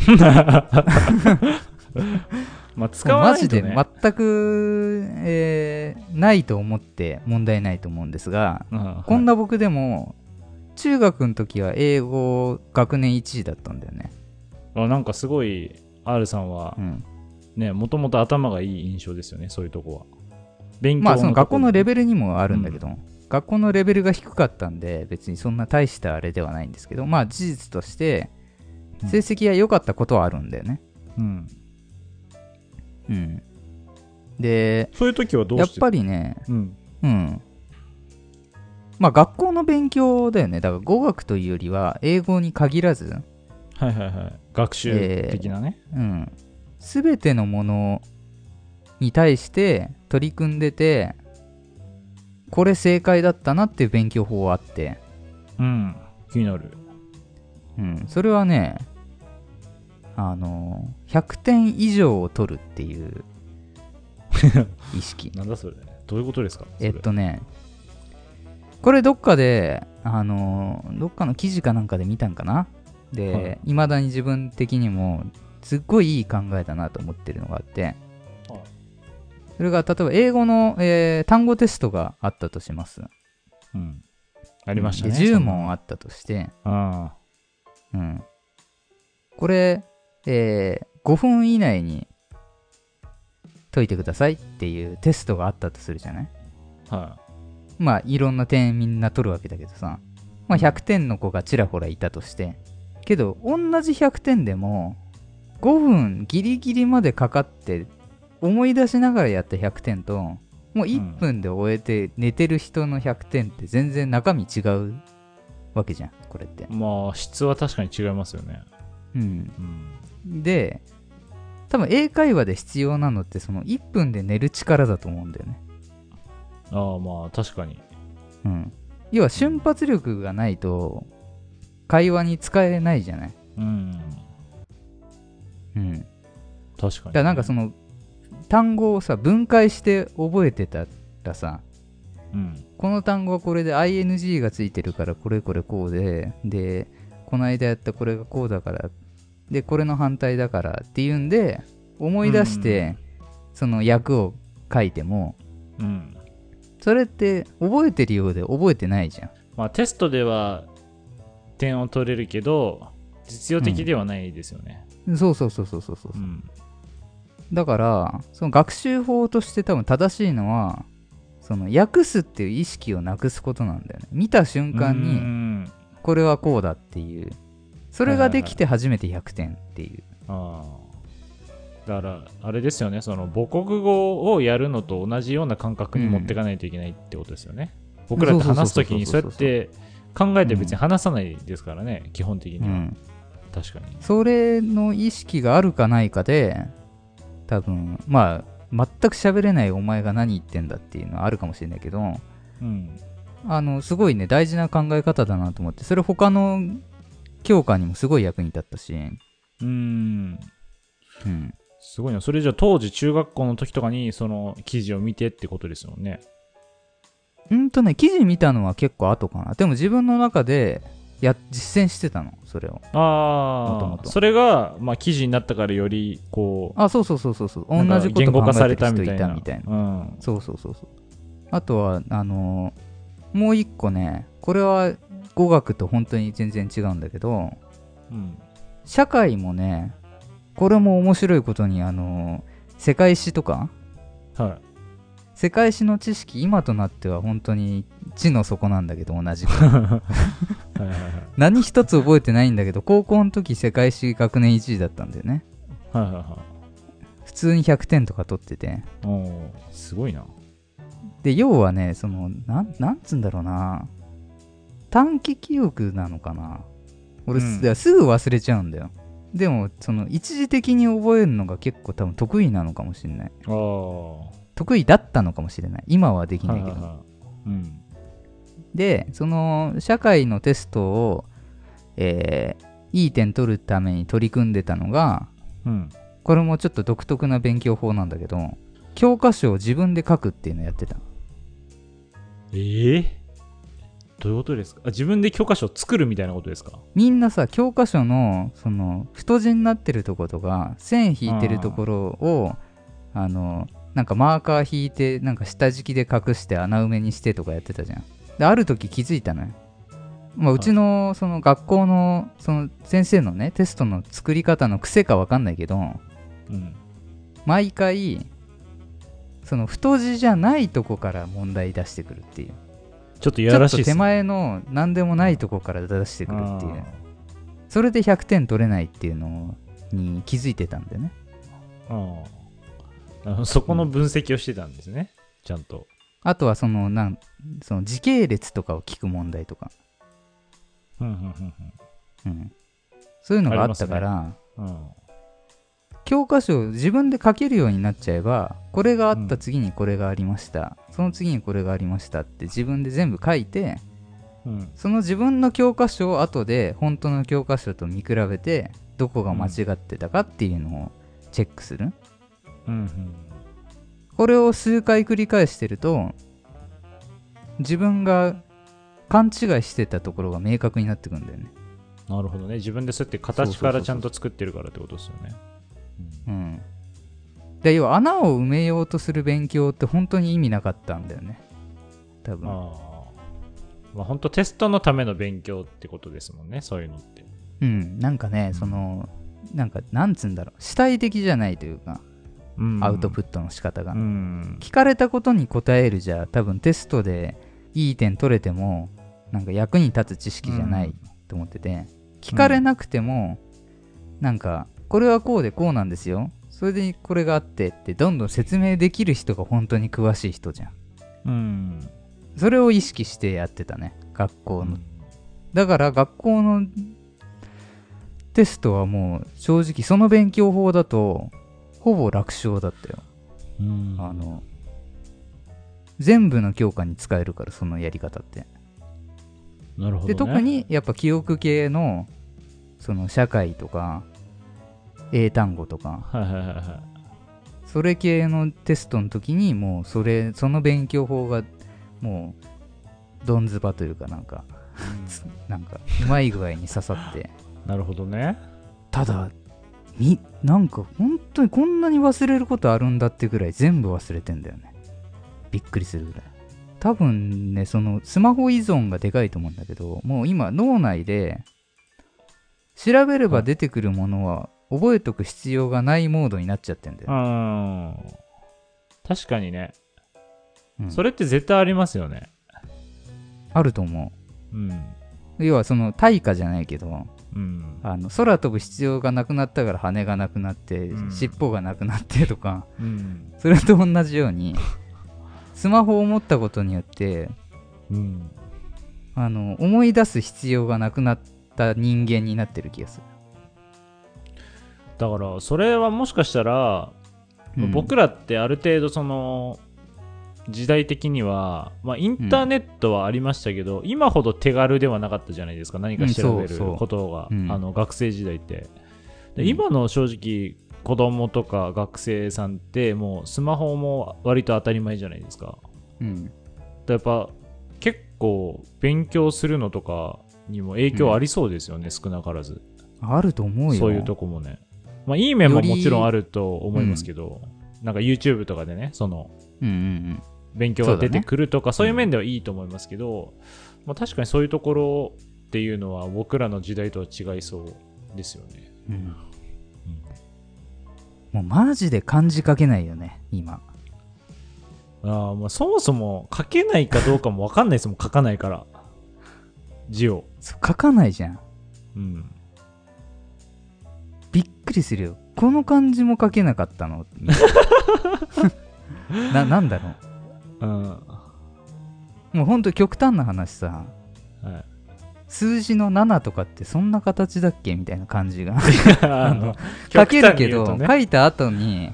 [SPEAKER 2] まあ、使わないと、ね、
[SPEAKER 1] マジで全く、えーないと思って問題ないと思うんですが、
[SPEAKER 2] うん
[SPEAKER 1] こんな僕でも、中学の時は英語学年1位だったんだよね。
[SPEAKER 2] あなんかすごい R さんは
[SPEAKER 1] うん、
[SPEAKER 2] ねもともと頭がいい印象ですよねそういうとこは勉強
[SPEAKER 1] まあ、その学校のレ
[SPEAKER 2] ベ
[SPEAKER 1] ベルにもあるんだけども、学校のレベルが低かったんで、別にそんな大したあれではないんですけど、まあ、事実として、成績が良かったことはあるんだよね。
[SPEAKER 2] ル、うん、
[SPEAKER 1] うん。で、
[SPEAKER 2] そういう時はどう
[SPEAKER 1] やっ
[SPEAKER 2] して
[SPEAKER 1] ぱりね、
[SPEAKER 2] うん
[SPEAKER 1] うん。まあ学校の勉強だよね。だから語学というよりは英語に限らず、
[SPEAKER 2] はいはいはい学習的なね、
[SPEAKER 1] うん。すべてのものに対して取り組んでて、これ正解だったなっていう勉強法はあって、
[SPEAKER 2] うん気になる
[SPEAKER 1] うん。それはね、あの、100点以上を取るっていう
[SPEAKER 2] *laughs*
[SPEAKER 1] 意識。
[SPEAKER 2] なんだそれどういうことですかそれ
[SPEAKER 1] えっとね、これどっかで、あのーどっかの記事かなんかで見たんかなで、
[SPEAKER 2] はい
[SPEAKER 1] い、未だに自分的にも、すっごいいい考えだなと思ってるのがあって、
[SPEAKER 2] はい
[SPEAKER 1] それが例えば英語の、えー単語テストがあったとします。
[SPEAKER 2] うん、あ
[SPEAKER 1] あ
[SPEAKER 2] りましたね
[SPEAKER 1] で10問あったとして、
[SPEAKER 2] あ
[SPEAKER 1] うん、これ、えー5分以内に解いてくださいっていうテストがあったとするじゃない
[SPEAKER 2] あは
[SPEAKER 1] まあいろんな点みんな取るわけだけどさ、まあ、100点の子がちらほらいたとしてけど同じ100点でも5分ギリギリまでかかって思い出しながらやった100点ともう1分で終えて寝てる人の100点って全然中身違うわけじゃんこれって
[SPEAKER 2] い、まあ質は確かに違いますよね
[SPEAKER 1] うん
[SPEAKER 2] うん
[SPEAKER 1] で多分英会話で必要なのってその1分で寝る力だと思うんだよね
[SPEAKER 2] ああまあ確かに
[SPEAKER 1] うん、要は瞬発力がないと会話に使えないじゃない、
[SPEAKER 2] うん
[SPEAKER 1] うん、だ
[SPEAKER 2] 確かに
[SPEAKER 1] からなんかその単語をさ分解して覚えてたらさ
[SPEAKER 2] うん
[SPEAKER 1] この単語はこれで ing がついてるからこれこれこうででこの間やったこれがこうだからでこれの反対だからっていうんで思い出してその訳を書いても
[SPEAKER 2] うん
[SPEAKER 1] それって覚えてるようで覚えてないじゃん
[SPEAKER 2] まあ、テストでは点を取れるけど実用的ではないですよね、
[SPEAKER 1] そうそうそうそうそうそう
[SPEAKER 2] う、ん
[SPEAKER 1] だからその学習法として多分正しいのはその訳すっていう意識をなくすことなんだよね見た瞬間
[SPEAKER 2] う
[SPEAKER 1] に
[SPEAKER 2] ん
[SPEAKER 1] これはこうだっていうそれができて初めて100点っていう
[SPEAKER 2] ああだからあれですよねその母国語をやるのと同じような感覚に持っていかないといけないってことですよね、僕らって話すときに
[SPEAKER 1] そ
[SPEAKER 2] そうう
[SPEAKER 1] そ
[SPEAKER 2] や
[SPEAKER 1] う
[SPEAKER 2] っ
[SPEAKER 1] そうそう
[SPEAKER 2] て考えて別に話さないですからね、基本的には、
[SPEAKER 1] うん
[SPEAKER 2] 確かに
[SPEAKER 1] それの意識があるかないかで多分まあ全く喋れないお前が何言ってんだっていうのはあるかもしれないけど
[SPEAKER 2] うん
[SPEAKER 1] あのすごいね大事な考え方だなと思ってそれ他の教科にもすごい役に立ったし、
[SPEAKER 2] うん
[SPEAKER 1] うん、
[SPEAKER 2] すごいなそれじゃあ当時中学校の時とかにその記事を見てってことですもんね
[SPEAKER 1] うんとね、記事見たのは結構後かな。でも自分の中でや実践してたの、それを。もとも
[SPEAKER 2] あ
[SPEAKER 1] と
[SPEAKER 2] あそれが、まあ、記事になったからよりこう
[SPEAKER 1] あ、そうそうそうそうそう。同
[SPEAKER 2] なんか
[SPEAKER 1] じこ
[SPEAKER 2] 言
[SPEAKER 1] と
[SPEAKER 2] 語
[SPEAKER 1] 考
[SPEAKER 2] 化さ
[SPEAKER 1] え
[SPEAKER 2] れ
[SPEAKER 1] て
[SPEAKER 2] た
[SPEAKER 1] る人
[SPEAKER 2] みた
[SPEAKER 1] い
[SPEAKER 2] い
[SPEAKER 1] た
[SPEAKER 2] な
[SPEAKER 1] みたいな。
[SPEAKER 2] うん、
[SPEAKER 1] そうそうそうそう。あとは、あのーもう一個ね、これは語学と本当に全然違うんだけど、
[SPEAKER 2] うん、
[SPEAKER 1] 社会もね、これも面白いことに、あのー世界史とか
[SPEAKER 2] は
[SPEAKER 1] 世界史の知識今となっては本当に地の底なんだけど同じく *laughs*
[SPEAKER 2] いはいはい
[SPEAKER 1] 何一つ覚えてないんだけど高校の時世界史学年1位だったんだよね
[SPEAKER 2] はいはいはい
[SPEAKER 1] 普通に100点とか取ってて
[SPEAKER 2] おーすごいな
[SPEAKER 1] で要はねそのなんなんつうんだろうな短期記憶なのかな俺、
[SPEAKER 2] うん
[SPEAKER 1] だからすぐ忘れちゃうんだよでもその一時的に覚えるのが結構多分得意なのかもしれない
[SPEAKER 2] ああは
[SPEAKER 1] 得意だったのかもしれない今はでき
[SPEAKER 2] い
[SPEAKER 1] な
[SPEAKER 2] はい
[SPEAKER 1] いけど、
[SPEAKER 2] はいうん
[SPEAKER 1] でその社会のテストを、えーいい点取るために取り組んでたのが
[SPEAKER 2] うん
[SPEAKER 1] これもちょっと独特な勉強法なんだけど教科書を自分で書くっていうのやってた
[SPEAKER 2] ええどういうことですかあ自分で教科書を作るみたいなことですか
[SPEAKER 1] みんなさ教科書のその太字になってるとことか線引いてるところをあのなんかマーカー引いてなんか下敷きで隠して穴埋めにしてとかやってたじゃんである時気づいたのよ、まあ、うちのその学校のその先生のねテストの作り方の癖かわかんないけど
[SPEAKER 2] うん
[SPEAKER 1] 毎回その太字じゃないとこから問題出してくるっていう
[SPEAKER 2] ちょっといやらしい
[SPEAKER 1] ちょっ
[SPEAKER 2] で
[SPEAKER 1] と手
[SPEAKER 2] すね
[SPEAKER 1] 前の何でもないとこから出してくるっていうそれで100点取れないっていうのに気づいてたんでね。
[SPEAKER 2] あーあーそこの分析をしてたんですね、ちゃんと
[SPEAKER 1] あとはそのなんその時系列とかを聞く問題とか、
[SPEAKER 2] うんうんうん
[SPEAKER 1] うん、そういうのがあったから、
[SPEAKER 2] うんうん
[SPEAKER 1] 教科書を自分で書けるようになっちゃえばこれがあった次にこれがありました、その次にこれがありましたって自分で全部書いて
[SPEAKER 2] うん
[SPEAKER 1] その自分の教科書を後で本当の教科書と見比べてどこが間違ってたかっていうのをチェックする。
[SPEAKER 2] うん
[SPEAKER 1] これを数回繰り返してると自分が勘違いしてたところが明確になってくるんだよね。
[SPEAKER 2] なるほどね自分でそうやって
[SPEAKER 1] そう
[SPEAKER 2] 形
[SPEAKER 1] そうそうそ
[SPEAKER 2] か
[SPEAKER 1] う
[SPEAKER 2] らちゃんと作ってるからってことですよね
[SPEAKER 1] うん。で要は穴を埋めようとする勉強って本当に意味なかったんだよね。多分。
[SPEAKER 2] ああまあ本当テストのための勉強ってことですもんねそういうのって
[SPEAKER 1] うん。なんかね、
[SPEAKER 2] ん
[SPEAKER 1] そのなんかなんつうんだろう主体的じゃないというか、アウトプットの仕方が。
[SPEAKER 2] うん
[SPEAKER 1] 聞かれたことに答えるじゃ多分テストでいい点取れてもなんか役に立つ知識じゃないと思ってて、聞かれなくても、なんかこれはこうでこうなんですよそれでこれがあってってどんどん説明できる人が本当に詳しい人じゃん
[SPEAKER 2] うん
[SPEAKER 1] それを意識してやってたね学校の、だから学校のテストはもう正直その勉強法だとほぼ楽勝だったよ
[SPEAKER 2] うん
[SPEAKER 1] あの、全部の教科に使えるから、そのやり方って。
[SPEAKER 2] なるほど、ね、
[SPEAKER 1] で、特にやっぱ記憶系の、その社会とか、英単語とか、
[SPEAKER 2] はいはいはいはい
[SPEAKER 1] それ系のテストの時に、もうそれ、その勉強法が、もう、どんずばというかなんか、なんか、うまい具合に刺さって、
[SPEAKER 2] なるほどね
[SPEAKER 1] ただ、み、なんか本当にこんなに忘れることあるんだってぐらい全部忘れてんだよね。びっくりするぐらい。多分ね、そのスマホ依存がでかいと思うんだけど、もう今脳内で調べれば出てくるものは覚えとく必要がないモードになっちゃってんだ
[SPEAKER 2] う
[SPEAKER 1] よ。
[SPEAKER 2] ん確かにね、
[SPEAKER 1] うん
[SPEAKER 2] それって絶対ありますよね
[SPEAKER 1] あると思
[SPEAKER 2] うん
[SPEAKER 1] う。要はその対価じゃないけど、
[SPEAKER 2] うん
[SPEAKER 1] あの空飛ぶ必要がなくなったから羽がなくなって、
[SPEAKER 2] うん
[SPEAKER 1] 尻尾がなくなってとか、
[SPEAKER 2] うん
[SPEAKER 1] それと同じように、スマホを持ったことによって、
[SPEAKER 2] うん
[SPEAKER 1] あの思い出す必要がなくなった人間になってる気がす
[SPEAKER 2] だからそれはもしかしたら
[SPEAKER 1] る、うん
[SPEAKER 2] 僕らってある程度その時代的には、まあ、インターネットはありましたけど、今ほど手軽ではなかったじゃないですか何か調
[SPEAKER 1] うん
[SPEAKER 2] べる
[SPEAKER 1] そうそう
[SPEAKER 2] ことが、
[SPEAKER 1] うん
[SPEAKER 2] あの学生時代って
[SPEAKER 1] う
[SPEAKER 2] で
[SPEAKER 1] ん
[SPEAKER 2] 今の正直子供とか学生さんってもうスマホも割と当たり前じゃないですか
[SPEAKER 1] うん
[SPEAKER 2] だやっぱ結構勉強するのとかにも影響ありそうですよね、少なからず
[SPEAKER 1] あると思うよ
[SPEAKER 2] そういうとこもね、まあ、いい面ももちろんあると思いますけど、なんか YouTube とかでねその
[SPEAKER 1] うんうん
[SPEAKER 2] 勉強が出てくるとかそう,、いう面ではいいと思いますけど、まあ、確かにそういうところっていうのは僕らの時代とは違いそうですよね。
[SPEAKER 1] うん、うんもうマジで漢字書けないよね今
[SPEAKER 2] ああ、まあ、そもそも書けないかどうかもわかんないです
[SPEAKER 1] *laughs*
[SPEAKER 2] もん、書かないから。字を。
[SPEAKER 1] そう書かないじゃん。
[SPEAKER 2] うん。
[SPEAKER 1] びっくりするよ。この漢字も書けなかったの。な、
[SPEAKER 2] *laughs*
[SPEAKER 1] なんだろ
[SPEAKER 2] うん。は
[SPEAKER 1] う。もうほんと極端な話さ、 *laughs*
[SPEAKER 2] い。
[SPEAKER 1] 数字の7とかってそんな形だっけみたいな感じが。
[SPEAKER 2] あの、
[SPEAKER 1] 書けるけ
[SPEAKER 2] *laughs* 極端に言う
[SPEAKER 1] ど、
[SPEAKER 2] とね
[SPEAKER 1] 書いた後に、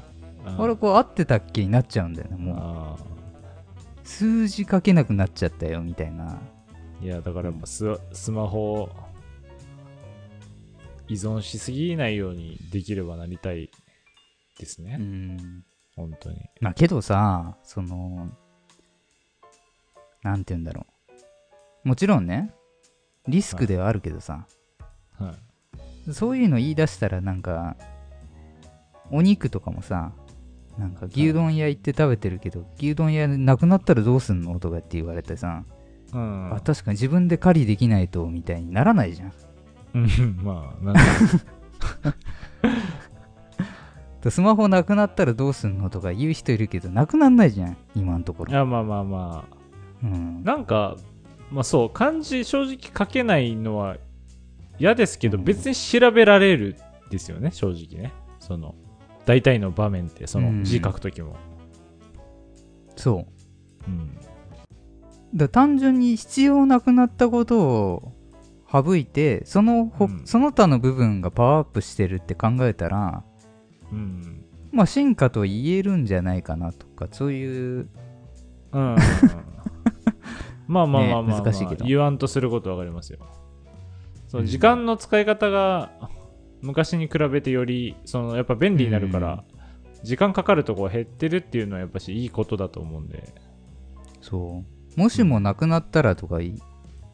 [SPEAKER 2] うん
[SPEAKER 1] あれこう合ってたっけになっちゃうんだよね。もう、
[SPEAKER 2] あ
[SPEAKER 1] 数字書けなくなっちゃったよ、みたいな。
[SPEAKER 2] ーいや、だからやっぱススマホ依存しすぎないようにできればなりたいです
[SPEAKER 1] う
[SPEAKER 2] ね。
[SPEAKER 1] ん。
[SPEAKER 2] 本当に。
[SPEAKER 1] まあけどさ、その、なんて言うんだろう。もちろんね、リスクではあるけどさ、
[SPEAKER 2] はい。
[SPEAKER 1] そういうの言い出したらなんか、お肉とかもさ、なんか牛丼屋行って食べてるけど、牛丼屋なくなったらどうすんのとかって言われてさ、
[SPEAKER 2] うん。
[SPEAKER 1] あ確かに自分で狩りできないとみたいにならないじゃん。だか
[SPEAKER 2] うん *laughs* まあ、なんか、
[SPEAKER 1] らスマホなくなったらどうすんのとか言う人いるけど、なくなんないじゃん、今のとこ
[SPEAKER 2] い
[SPEAKER 1] ろ。
[SPEAKER 2] やまあまあまあ、
[SPEAKER 1] うん。
[SPEAKER 2] なんか、まあそう、漢字正直書けないのは嫌ですけど、
[SPEAKER 1] うん
[SPEAKER 2] 別に調べられるですよね、正直ね。その、大体の場面って、そ
[SPEAKER 1] うん
[SPEAKER 2] の字書くときも。
[SPEAKER 1] そう。
[SPEAKER 2] うん。
[SPEAKER 1] だから単純に必要なくなったことを省いてそのほ、
[SPEAKER 2] うん
[SPEAKER 1] その他の部分がパワーアップしてるって考えたら
[SPEAKER 2] うん。
[SPEAKER 1] まあ進化と言えるんじゃないかなとかそういう
[SPEAKER 2] うん。まあまあまあまあ、まあ
[SPEAKER 1] ね難しいけど
[SPEAKER 2] 言わんとすることわかりますよ。そうの
[SPEAKER 1] ん
[SPEAKER 2] 時間の使い方が昔に比べてよりそのやっぱ便利になるから、時間かかるとこが減ってるっていうのはやっぱしいいことだと思うんで。
[SPEAKER 1] そうもしもなくなったらとかい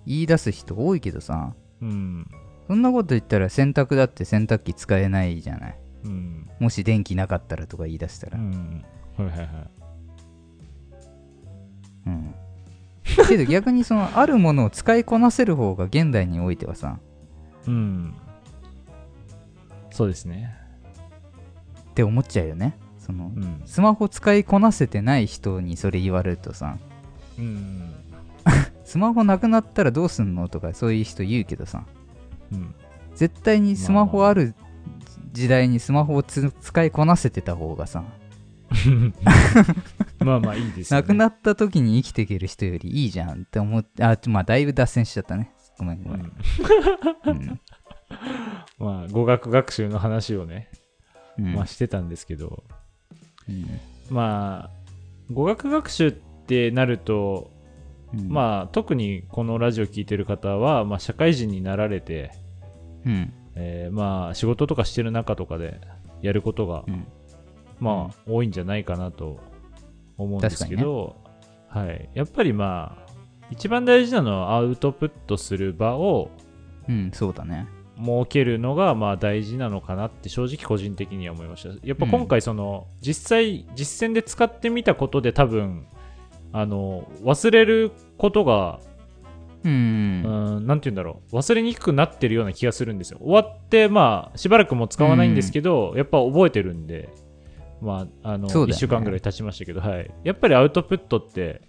[SPEAKER 1] 言い出す人多いけどさ
[SPEAKER 2] うん。
[SPEAKER 1] そんなこと言ったら洗濯だって洗濯機使えないじゃない
[SPEAKER 2] うん。
[SPEAKER 1] もし電気なかったらとか言い出した
[SPEAKER 2] う
[SPEAKER 1] ら
[SPEAKER 2] ん。はいはいはい。
[SPEAKER 1] うんけど逆にそのあるものを使いこなせる方が現代においてはさ
[SPEAKER 2] うん。そうですね。
[SPEAKER 1] って思っちゃうよねその
[SPEAKER 2] うん。
[SPEAKER 1] スマホ使いこなせてない人にそれ言われるとさ、
[SPEAKER 2] うん。
[SPEAKER 1] スマホなくなったらどうすんのとかそういう人言うけどさ、
[SPEAKER 2] うん。
[SPEAKER 1] 絶対にスマホある時代にスマホをつ使いこなせてた方がさ、
[SPEAKER 2] まあまあいいですよ
[SPEAKER 1] な
[SPEAKER 2] ね。
[SPEAKER 1] くなった時に生きていける人よりいいじゃんって思って、あ、まあだいぶ脱線しちゃったね。ごめんご
[SPEAKER 2] う
[SPEAKER 1] めん。
[SPEAKER 2] ん
[SPEAKER 1] うん
[SPEAKER 2] まあ語学学習の話をね、
[SPEAKER 1] うん
[SPEAKER 2] まあしてたんですけど、
[SPEAKER 1] うん
[SPEAKER 2] まあ語学学習ってなると、
[SPEAKER 1] うん
[SPEAKER 2] まあ特にこのラジオ聞いてる方は、まあ、社会人になられて、
[SPEAKER 1] うん
[SPEAKER 2] えーまあ仕事とかしてる中とかでやることが
[SPEAKER 1] うん
[SPEAKER 2] まあ、多いんじゃないかなと思うんですけど、はい、やっぱりまあ一番大事なのはアウトプットする場を
[SPEAKER 1] うん、そうだね。
[SPEAKER 2] 設けるのがまあ大事なのかなって正直個人的には思いましたやっぱ今回その、実際実践で使ってみたことで多分あの忘れることが
[SPEAKER 1] うん
[SPEAKER 2] う。ーん、なんて言うんだろう忘れにくくなってるような気がするんですよ終わってまあしばらくも使わないんですけど、やっぱ覚えてるんでまああの、
[SPEAKER 1] そうだよね
[SPEAKER 2] 1週間ぐらい経ちましたけど、はい、やっぱりアウトプットって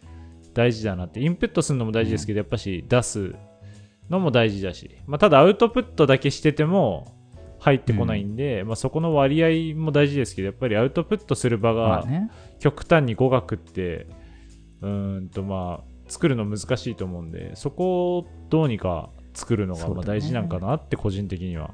[SPEAKER 2] 大事だなってインプットするのも大事ですけど、やっぱし出すのも大事だし、まあ、ただアウトプットだけしてても入ってこないんで、まあ、そこの割合も大事ですけどやっぱりアウトプットする場
[SPEAKER 1] まあ
[SPEAKER 2] が
[SPEAKER 1] ね。
[SPEAKER 2] 極端に語学ってうーんとまあ作るの難しいと思うんでそこをどうにか作るのが
[SPEAKER 1] そう
[SPEAKER 2] まあ
[SPEAKER 1] だね
[SPEAKER 2] 大事なんかなって個人的には、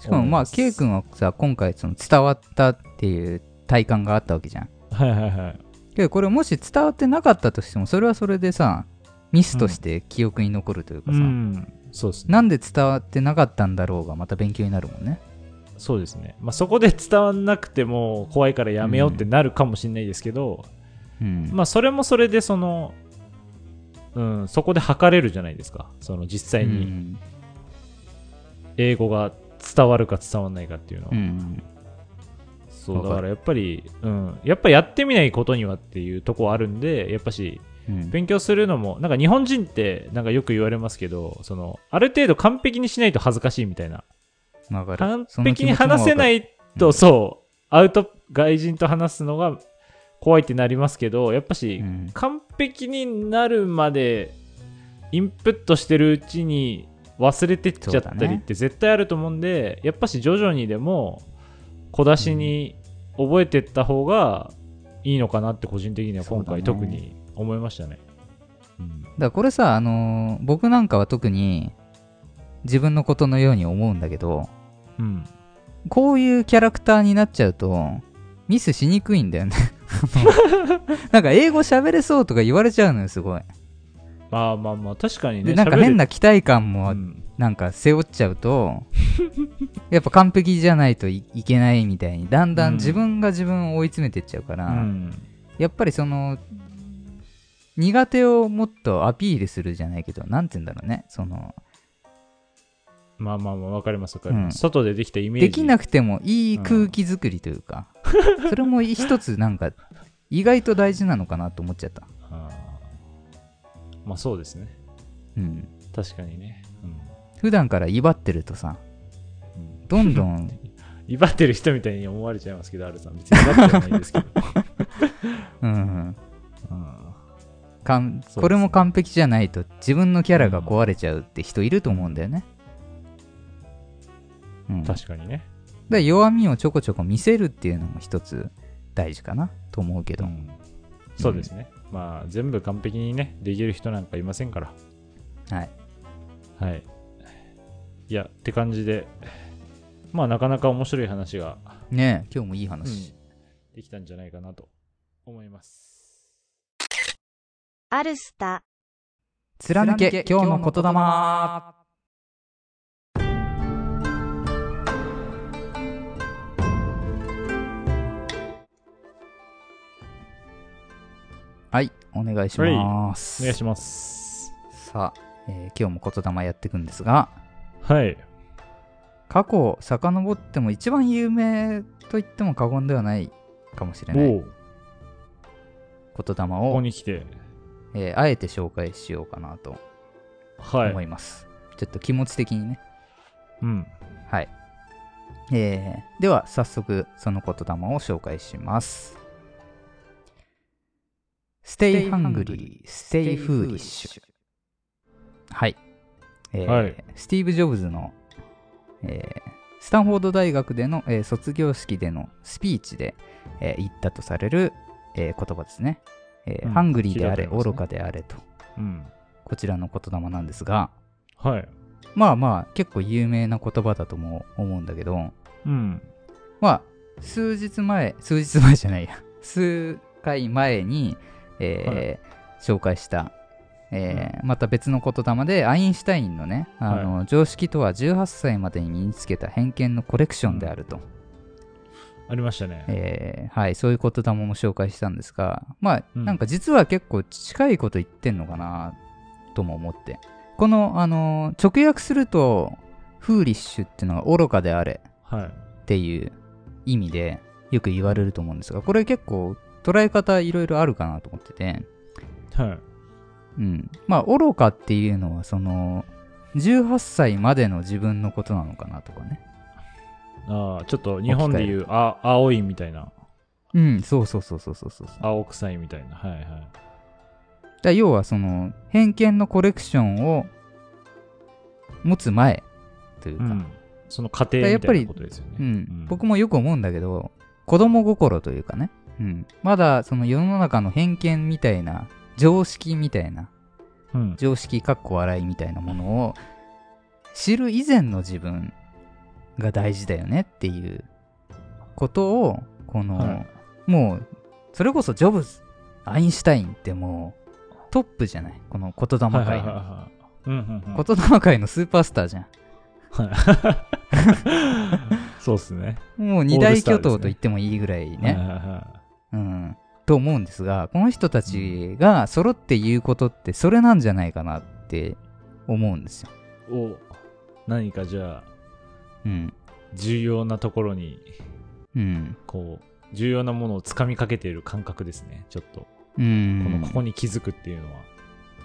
[SPEAKER 1] しかもまあ、
[SPEAKER 2] ケ
[SPEAKER 1] K 君はさ、今回その伝わったっていう体感があったわけじゃん。
[SPEAKER 2] はいはいはい
[SPEAKER 1] けどこれもし伝わってなかったとしてもそれはそれでさミスとして記憶に残るというか
[SPEAKER 2] う
[SPEAKER 1] さ、
[SPEAKER 2] んそうですね
[SPEAKER 1] なんで伝わってなかったんだろうがまた勉強になるもんね
[SPEAKER 2] そうですね、まあ、そこで伝わんなくても怖いからやめようってなるかもしれないですけど、
[SPEAKER 1] うん、
[SPEAKER 2] まあそれもそれでそのうんそこで測れるじゃないですかその実際
[SPEAKER 1] う
[SPEAKER 2] に
[SPEAKER 1] ん
[SPEAKER 2] 英語が伝わるか伝わらないかっていうのは、
[SPEAKER 1] うん
[SPEAKER 2] そう
[SPEAKER 1] わか
[SPEAKER 2] だ
[SPEAKER 1] る
[SPEAKER 2] からやっぱり、うん、やっぱやってみないことにはっていうとこあるんでやっぱし
[SPEAKER 1] うん
[SPEAKER 2] 勉強するのもなんか日本人ってなんかよく言われますけどそのある程度完璧にしないと恥ずかしいみたいな
[SPEAKER 1] わかる
[SPEAKER 2] 完
[SPEAKER 1] その気
[SPEAKER 2] 璧
[SPEAKER 1] 持
[SPEAKER 2] に
[SPEAKER 1] ちもわかる
[SPEAKER 2] 話せないと、
[SPEAKER 1] うん
[SPEAKER 2] そうアウト外人と話すのが怖いってなりますけどやっぱし
[SPEAKER 1] うん
[SPEAKER 2] 完璧になるまでインプットしてるうちに忘れてっちゃった
[SPEAKER 1] そうだ
[SPEAKER 2] りっ
[SPEAKER 1] ね
[SPEAKER 2] て絶対あると思うんで、やっぱし徐々にでも小出しに覚えてった方がいいのかなって個人的には今
[SPEAKER 1] そ
[SPEAKER 2] 回
[SPEAKER 1] うだ
[SPEAKER 2] 特
[SPEAKER 1] ね
[SPEAKER 2] に思いましたね。うん
[SPEAKER 1] だからこれさ、あのー僕なんかは特に自分のことのように思うんだけど、
[SPEAKER 2] うん、
[SPEAKER 1] こういうキャラクターになっちゃうと、ミスしにくいんだよね。 *laughs* なんか英語喋れそうとか言われちゃうのよ、すごい。
[SPEAKER 2] まあまあまあ確かにね
[SPEAKER 1] で、なんか変な期待感
[SPEAKER 2] 喋れ
[SPEAKER 1] も
[SPEAKER 2] うん
[SPEAKER 1] なんか背負っちゃうと、やっぱ完璧じゃないといいけないみたいに、だんだ
[SPEAKER 2] うんん
[SPEAKER 1] 自分が自分を追い詰めてっちゃうから、
[SPEAKER 2] うん
[SPEAKER 1] やっぱりその、苦手をもっとアピールするじゃないけど、なんて言うんだろうね。その、
[SPEAKER 2] まあまあまあわかりますわかります、
[SPEAKER 1] うん
[SPEAKER 2] 外でできたイメージ
[SPEAKER 1] できなくてもいい空気作りという
[SPEAKER 2] *laughs*
[SPEAKER 1] か、それも一つなんか、意外と大事なのかなと思っちゃった。
[SPEAKER 2] あーまあそうですね
[SPEAKER 1] うん。
[SPEAKER 2] 確かにね、うん
[SPEAKER 1] 普段から威張ってるとさ、
[SPEAKER 2] うん
[SPEAKER 1] どんど
[SPEAKER 2] *laughs*
[SPEAKER 1] ん、
[SPEAKER 2] 威張ってる人みたいに思われちゃいますけど、アルさん。別に威張ってはないですけど。
[SPEAKER 1] うん、
[SPEAKER 2] うん
[SPEAKER 1] かんこれも完璧じゃないと自分のキャラが壊れちゃうって人いると思うんだよね。うん、だか
[SPEAKER 2] 確かにね。
[SPEAKER 1] ら弱みをちょこちょこ見せるっていうのも一つ大事かなと思うけど。
[SPEAKER 2] そうですね。まあ、全部完璧にね、できる人なんかいませんから。
[SPEAKER 1] はい。
[SPEAKER 2] はい。いや、って感じで、まあ、なかなか面白い話が、
[SPEAKER 1] ねえ今日もいい話。
[SPEAKER 2] できたんじゃないかなと思います。
[SPEAKER 3] アルスタ、
[SPEAKER 1] 貫け今日の言霊はいお願いします
[SPEAKER 2] お願いします。
[SPEAKER 1] さあ、えー今日も言霊やっていくんですが
[SPEAKER 2] はい。
[SPEAKER 1] 過去を遡っても一番有名と言っても過言ではないかもしれ
[SPEAKER 2] お
[SPEAKER 1] ない
[SPEAKER 2] お、こ
[SPEAKER 1] 言霊
[SPEAKER 2] こ
[SPEAKER 1] を、
[SPEAKER 2] に来て、
[SPEAKER 1] えーあえて紹介しようかなと
[SPEAKER 2] はい。
[SPEAKER 1] 思います、ちょっと気持ち的にね
[SPEAKER 2] うん。
[SPEAKER 1] はい。えーでは、早速、その言霊を紹介します。stay hungry, stay foolish. はい。えー
[SPEAKER 2] はい
[SPEAKER 1] スティーブ・ジョブズの、えースタンフォード大学での、えー卒業式でのスピーチで、えー言ったとされる、えー言葉ですね。えー
[SPEAKER 2] うん
[SPEAKER 1] ハングリーであれ、
[SPEAKER 2] 聞いたことありますね
[SPEAKER 1] 愚かであれと、
[SPEAKER 2] うん。
[SPEAKER 1] こちらの言霊なんですが、
[SPEAKER 2] はい。
[SPEAKER 1] まあまあ、結構有名な言葉だとも思うんだけど、
[SPEAKER 2] うん。
[SPEAKER 1] まあ、数日前、 *laughs* 数日前じゃないや、数回前に、えー紹介した、えーまた別の言霊で、アインシュタインのね、あの常識とは18歳までに身につけた偏見のコレクションであると、
[SPEAKER 2] ありましたね。
[SPEAKER 1] えーはい、そういう言霊も紹介したんですが、まあ、
[SPEAKER 2] うん
[SPEAKER 1] なんか実は結構近いこと言ってんのかな、とも思って。この、あの直訳すると、フーリッシュっていうのが愚かであれ、
[SPEAKER 2] はい。
[SPEAKER 1] っていう意味でよく言われると思うんですが、これ結構捉え方いろいろあるかなと思ってて、
[SPEAKER 2] はい。
[SPEAKER 1] うん。まあ、愚かっていうのは、その、18歳までの自分のことなのかなとかね。
[SPEAKER 2] ああ、ちょっと日本でいう、あ、青いみたいな、
[SPEAKER 1] うん、そうそうそうそうそうそうそう。だか
[SPEAKER 2] 青臭いみたいな、はいはい。
[SPEAKER 1] ら要は、その、偏見のコレクションを持つ前という
[SPEAKER 2] う
[SPEAKER 1] か、うん
[SPEAKER 2] ん、その過程みたいなことですよね。
[SPEAKER 1] 僕もよく思うんだけど、子供心というかね、うん、まだその世の中の偏見みたいな、常識みたいな、
[SPEAKER 2] うん、
[SPEAKER 1] 常識かっこ笑いみたいなものを知る以前の自分が大事だよねっていうことをこの、
[SPEAKER 2] はい
[SPEAKER 1] もうそれこそジョブズアインシュタインってもうトップじゃないこの言霊
[SPEAKER 2] はいはい
[SPEAKER 1] 界
[SPEAKER 2] はい
[SPEAKER 1] の
[SPEAKER 2] はい。うんうんうん、
[SPEAKER 1] 言霊界のスーパースターじゃ
[SPEAKER 2] そうっすね。
[SPEAKER 1] んもう二
[SPEAKER 2] オー
[SPEAKER 1] 大
[SPEAKER 2] ルスター
[SPEAKER 1] 巨
[SPEAKER 2] です
[SPEAKER 1] 頭
[SPEAKER 2] ね
[SPEAKER 1] と言ってもいいぐらいね
[SPEAKER 2] はいはいは
[SPEAKER 1] うんと思うんですがこの人たちが揃って言うことってそれなんじゃないかなって思うんですよ、
[SPEAKER 2] いお何かじゃあ、
[SPEAKER 1] うん
[SPEAKER 2] 重要なところに、
[SPEAKER 1] うん、
[SPEAKER 2] こう、重要なものをつかみかけている感覚ですね、ちょっと。
[SPEAKER 1] うん
[SPEAKER 2] このここに気づくっていうのは。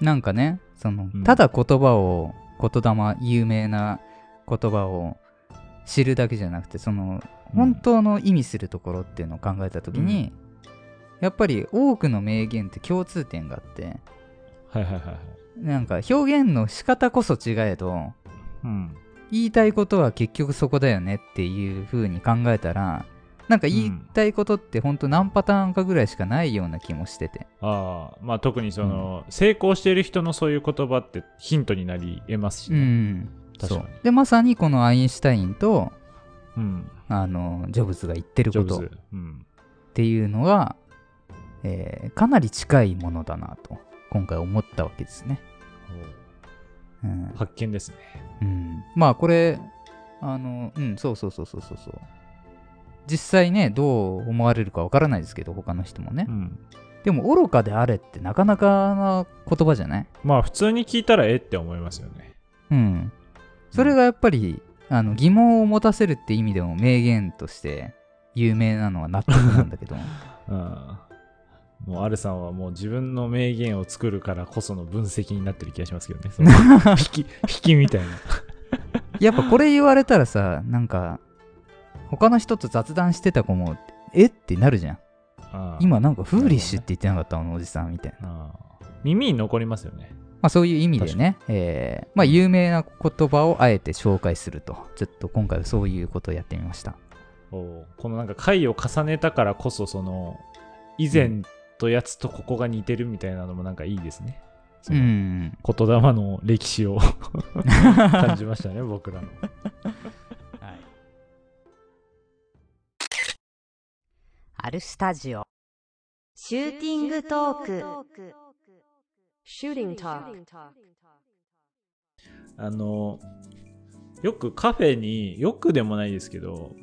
[SPEAKER 1] なんかね、その
[SPEAKER 2] うん、
[SPEAKER 1] ただ言葉を、言霊、有名な言葉を知るだけじゃなくて、その、
[SPEAKER 2] うん
[SPEAKER 1] 本当の意味するところっていうのを考えたときに、やっぱり多くの名言って共通点があって、
[SPEAKER 2] はいはいはいはい。
[SPEAKER 1] なんか表現の仕方こそ違えど、
[SPEAKER 2] うん。
[SPEAKER 1] 言いたいことは結局そこだよねっていう風に考えたら、なんか言いたいことってほんと何パターンかぐらいしかないような気もしてて。
[SPEAKER 2] ああ、まあ特にその、成功している人のそういう言葉ってヒントになり得ますし
[SPEAKER 1] う
[SPEAKER 2] ね。
[SPEAKER 1] ん。
[SPEAKER 2] 確
[SPEAKER 1] そう
[SPEAKER 2] かに。
[SPEAKER 1] で、まさにこのアインシュタインと、
[SPEAKER 2] うん。
[SPEAKER 1] あの、ジョブズが言ってる
[SPEAKER 2] ジョ
[SPEAKER 1] こ
[SPEAKER 2] ブ
[SPEAKER 1] とっ
[SPEAKER 2] ズ。うん。
[SPEAKER 1] ていうのが、えーかなり近いものだなと、今回思ったわけですね。うん。
[SPEAKER 2] 発見ですね。
[SPEAKER 1] うん、まあこれあのうんそうそうそうそうそうそう実際ねどう思われるかわからないですけど他の人もね、
[SPEAKER 2] うん。
[SPEAKER 1] でも愚かであれってなかなかな言葉じゃない
[SPEAKER 2] まあ普通に聞いたらええって思いますよね。
[SPEAKER 1] うんそれがやっぱりあの疑問を持たせるって意味でも名言として有名なのは納得なんだけ
[SPEAKER 2] *laughs*
[SPEAKER 1] ど
[SPEAKER 2] うん。もうアルさんはもう自分の名言を作るからこその分析になってる気がしますけどね。 *laughs* その引き、引きみたいな。
[SPEAKER 1] やっぱこれ言われたらさなんか他の人と雑談してた子もえってなるじゃん
[SPEAKER 2] ああ
[SPEAKER 1] 今なんかフーリッシュって言ってなかったあのおじさんみたいな
[SPEAKER 2] ああ耳に残りますよね。
[SPEAKER 1] まあ、そういう意味でね、えーまあ、有名な言葉をあえて紹介すると、ちょっと今回はそういうことをやってみました。
[SPEAKER 2] おうこのなんか回を重ねたからこそその以前とやつとここが似てるみたいなのもなんかいいですね。
[SPEAKER 1] う
[SPEAKER 2] その
[SPEAKER 1] ん。
[SPEAKER 2] 言霊の歴史を *laughs* 感じましたね僕らの。
[SPEAKER 4] アルスタジオ
[SPEAKER 3] シューティングトーク。
[SPEAKER 4] Shooting Talk
[SPEAKER 2] あのよくカフェによくでもないですけど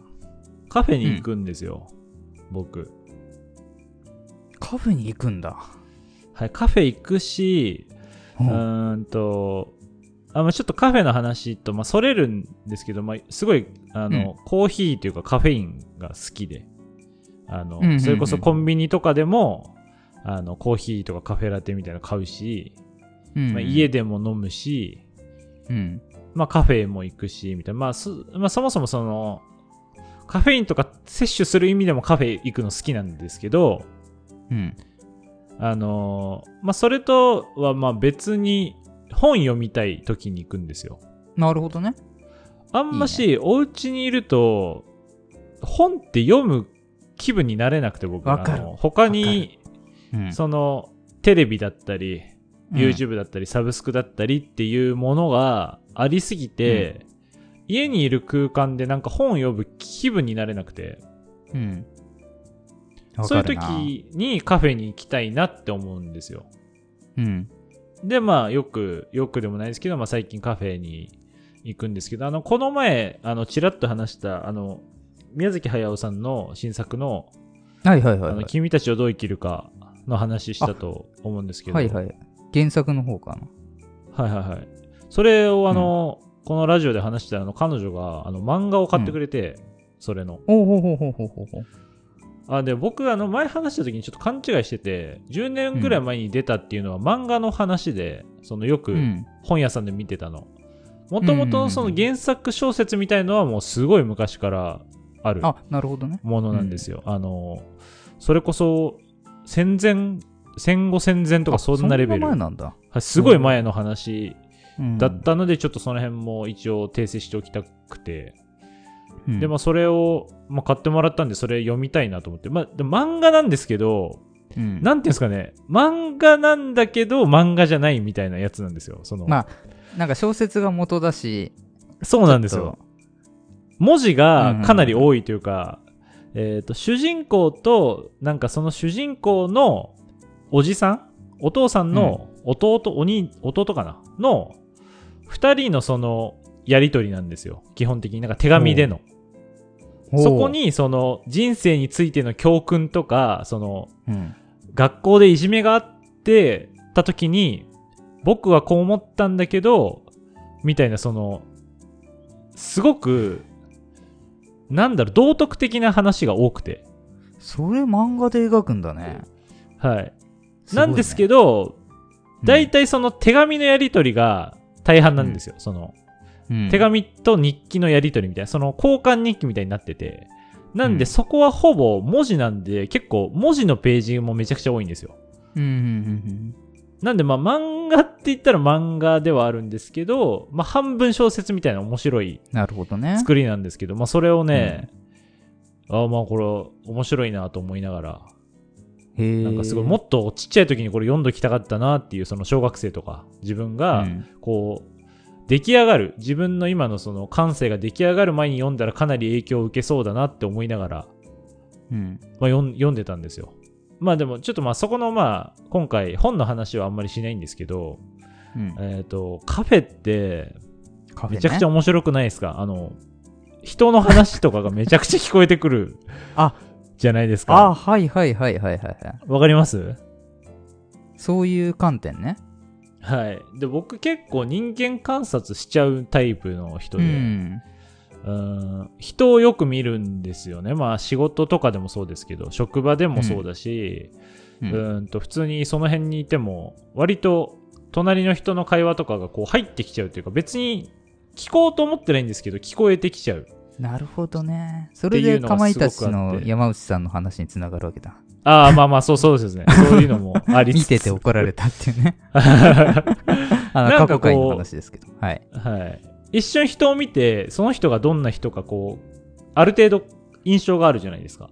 [SPEAKER 2] カフェに行くんですよ、僕。
[SPEAKER 1] カフェに行くんだ。
[SPEAKER 2] はいカフェ行くし
[SPEAKER 1] う
[SPEAKER 2] う。ーんと、あまあ、ちょっとカフェの話と、まあ、それるんですけど、まあ、すごいあの、コーヒーというかカフェインが好きであの、
[SPEAKER 1] うんうんうん
[SPEAKER 2] それこそコンビニとかでもあのコーヒーとかカフェラテみたいなの買うし、
[SPEAKER 1] うん
[SPEAKER 2] まあ、家、でも飲むし、
[SPEAKER 1] うん。
[SPEAKER 2] まあ、カフェも行くしみたいな、まあそまあ、そもそもそのカフェインとか摂取する意味でもカフェ行くの好きなんですけど、
[SPEAKER 1] うん。
[SPEAKER 2] あのーまあ、それとはまあ別に本読みたい時に行くんですよ。
[SPEAKER 1] なるほどね。
[SPEAKER 2] あんまし、お家にいると、本って読む気分になれなくて、僕
[SPEAKER 1] わかる
[SPEAKER 2] あの他に、
[SPEAKER 1] うん。
[SPEAKER 2] その、テレビだったり、
[SPEAKER 1] うん
[SPEAKER 2] YouTube だったり、サブスクだったりっていうものがありすぎて、家にいる空間でなんか本読む気分になれなくて、
[SPEAKER 1] うん。
[SPEAKER 2] そう
[SPEAKER 1] わか
[SPEAKER 2] いう
[SPEAKER 1] るな、
[SPEAKER 2] 時にカフェに行きたいなって思うんですよ。
[SPEAKER 1] うん。
[SPEAKER 2] で、まあ、よく、よくでもないですけど、まあ、最近カフェに行くんですけど、あの、この前、あの、ちらっと話した、あの、宮崎駿さんの新作の、
[SPEAKER 1] はいはいはいは
[SPEAKER 2] あの、
[SPEAKER 1] い。
[SPEAKER 2] 君たちをどう生きるかの話したと思うんですけど、
[SPEAKER 1] はいはい。原作の方かな。
[SPEAKER 2] はいはいはいそれを、あの、このラジオで話した、あの、彼女が、あの、漫画を買ってくれて、それの。
[SPEAKER 1] おうほうほうほうほうほうほう。
[SPEAKER 2] あ、で、僕、あの、前話した時にちょっと勘違いしてて、10年ぐらい前に出たっていうのは漫画の話で、その、よく、
[SPEAKER 1] うん。
[SPEAKER 2] 本屋さんで見てたのもともとその原作小説みたいのはもうすごい昔からある
[SPEAKER 1] あ、なるほどね。
[SPEAKER 2] ものなんですよ、あのそれこそ戦前戦後戦前とかそんなレ
[SPEAKER 1] あ
[SPEAKER 2] ベル
[SPEAKER 1] そんな前なんだ。
[SPEAKER 2] はいすごい前の話
[SPEAKER 1] うん
[SPEAKER 2] だっ。たのでちょっとその辺も一応訂正しておきたくて、
[SPEAKER 1] うん
[SPEAKER 2] でまあそれを、まあ、買ってもらったんでそれ読みたいなと思ってまあでも漫画なんですけど
[SPEAKER 1] うん
[SPEAKER 2] なんていうんですかね漫画なんだけど漫画じゃないみたいなやつなんですよその、
[SPEAKER 1] まなんか小説が元だし、
[SPEAKER 2] そうなんですよ文字がかなり多いというか、えっ、と、主人公と、なんかその主人公のおじさんお父さんの弟、お兄、弟かなの、二人のその、やりとりなんですよ。基本的に。なんか手紙での。
[SPEAKER 1] おう
[SPEAKER 2] そこ、に、その、人生についての教訓とか、その、
[SPEAKER 1] うん。
[SPEAKER 2] 学校でいじめがあってた時に、僕はこう思ったんだけど、みたいなその、すごく、なんだろう、道徳的な話が多くて。
[SPEAKER 1] それ漫画で描くんだね。
[SPEAKER 2] はい。なんですけ
[SPEAKER 1] ど、
[SPEAKER 2] ど、
[SPEAKER 1] うん
[SPEAKER 2] 大体その手紙のやり取りが大半なんですよ。その、
[SPEAKER 1] うん
[SPEAKER 2] 手紙と日記のやり取りみたいな、その交換日記みたいになってて、なん
[SPEAKER 1] う
[SPEAKER 2] で
[SPEAKER 1] ん
[SPEAKER 2] そこはほぼ文字なんで、結構文字のページもめちゃくちゃ多いんですよ。
[SPEAKER 1] うんうん
[SPEAKER 2] なんでまあ漫画って言ったら漫画ではあるんですけど、まあ半分小説みたいな面白い
[SPEAKER 1] なるほどね。
[SPEAKER 2] 作りなんですけど、まあそれをね、ああまあこれ面白いなと思いながら、
[SPEAKER 1] へー
[SPEAKER 2] なんかすごいもっとちっちゃい時にこれ読んどきたかったなっていうその小学生とか自分が
[SPEAKER 1] うん
[SPEAKER 2] こう出来上がる自分の今のその感性が出来上がる前に読んだらかなり影響を受けそうだなって思いながら
[SPEAKER 1] うん。
[SPEAKER 2] まあ、読ん読んでたんですよ。まあでもちょっとまあそこのまあ今回本の話はあんまりしないんですけど、
[SPEAKER 1] うん
[SPEAKER 2] えっとカフェって
[SPEAKER 1] カフェね
[SPEAKER 2] めちゃくちゃ面白くないですか、あの人の話とかがめちゃくちゃ聞こえてくる
[SPEAKER 1] *laughs* あ
[SPEAKER 2] じゃないです
[SPEAKER 1] あ、
[SPEAKER 2] か。
[SPEAKER 1] はいはいはいはいはいはい。
[SPEAKER 2] わかります
[SPEAKER 1] そういう観点ね。
[SPEAKER 2] はい。で僕結構人間観察しちゃうタイプの人
[SPEAKER 1] う
[SPEAKER 2] で、
[SPEAKER 1] ん。
[SPEAKER 2] うん人をよく見るんですよね。まあ仕事とかでもそうですけど、職場でもそうだし、
[SPEAKER 1] う
[SPEAKER 2] うんーんと普通にその辺にいても割と隣の人の会話とかがこう入ってきちゃうというか別に聞こうと思ってないんですけど聞こえてきちゃう
[SPEAKER 1] なるほどね。そ
[SPEAKER 2] て
[SPEAKER 1] れ
[SPEAKER 2] い
[SPEAKER 1] で
[SPEAKER 2] うの
[SPEAKER 1] か
[SPEAKER 2] が
[SPEAKER 1] ますい
[SPEAKER 2] ごく
[SPEAKER 1] た
[SPEAKER 2] あって
[SPEAKER 1] ちの山内さんの話につながるわけだ。
[SPEAKER 2] ああまあまあそうそ
[SPEAKER 1] *laughs*
[SPEAKER 2] うですねそういうのもありつつ
[SPEAKER 1] 見てて怒られたって *laughs* いうね。あ
[SPEAKER 2] な
[SPEAKER 1] の
[SPEAKER 2] んかこ
[SPEAKER 1] 過
[SPEAKER 2] う
[SPEAKER 1] 去回の話ですけど。はい。
[SPEAKER 2] はい、一瞬人を見てその人がどんな人かこうある程度印象があるじゃないですか、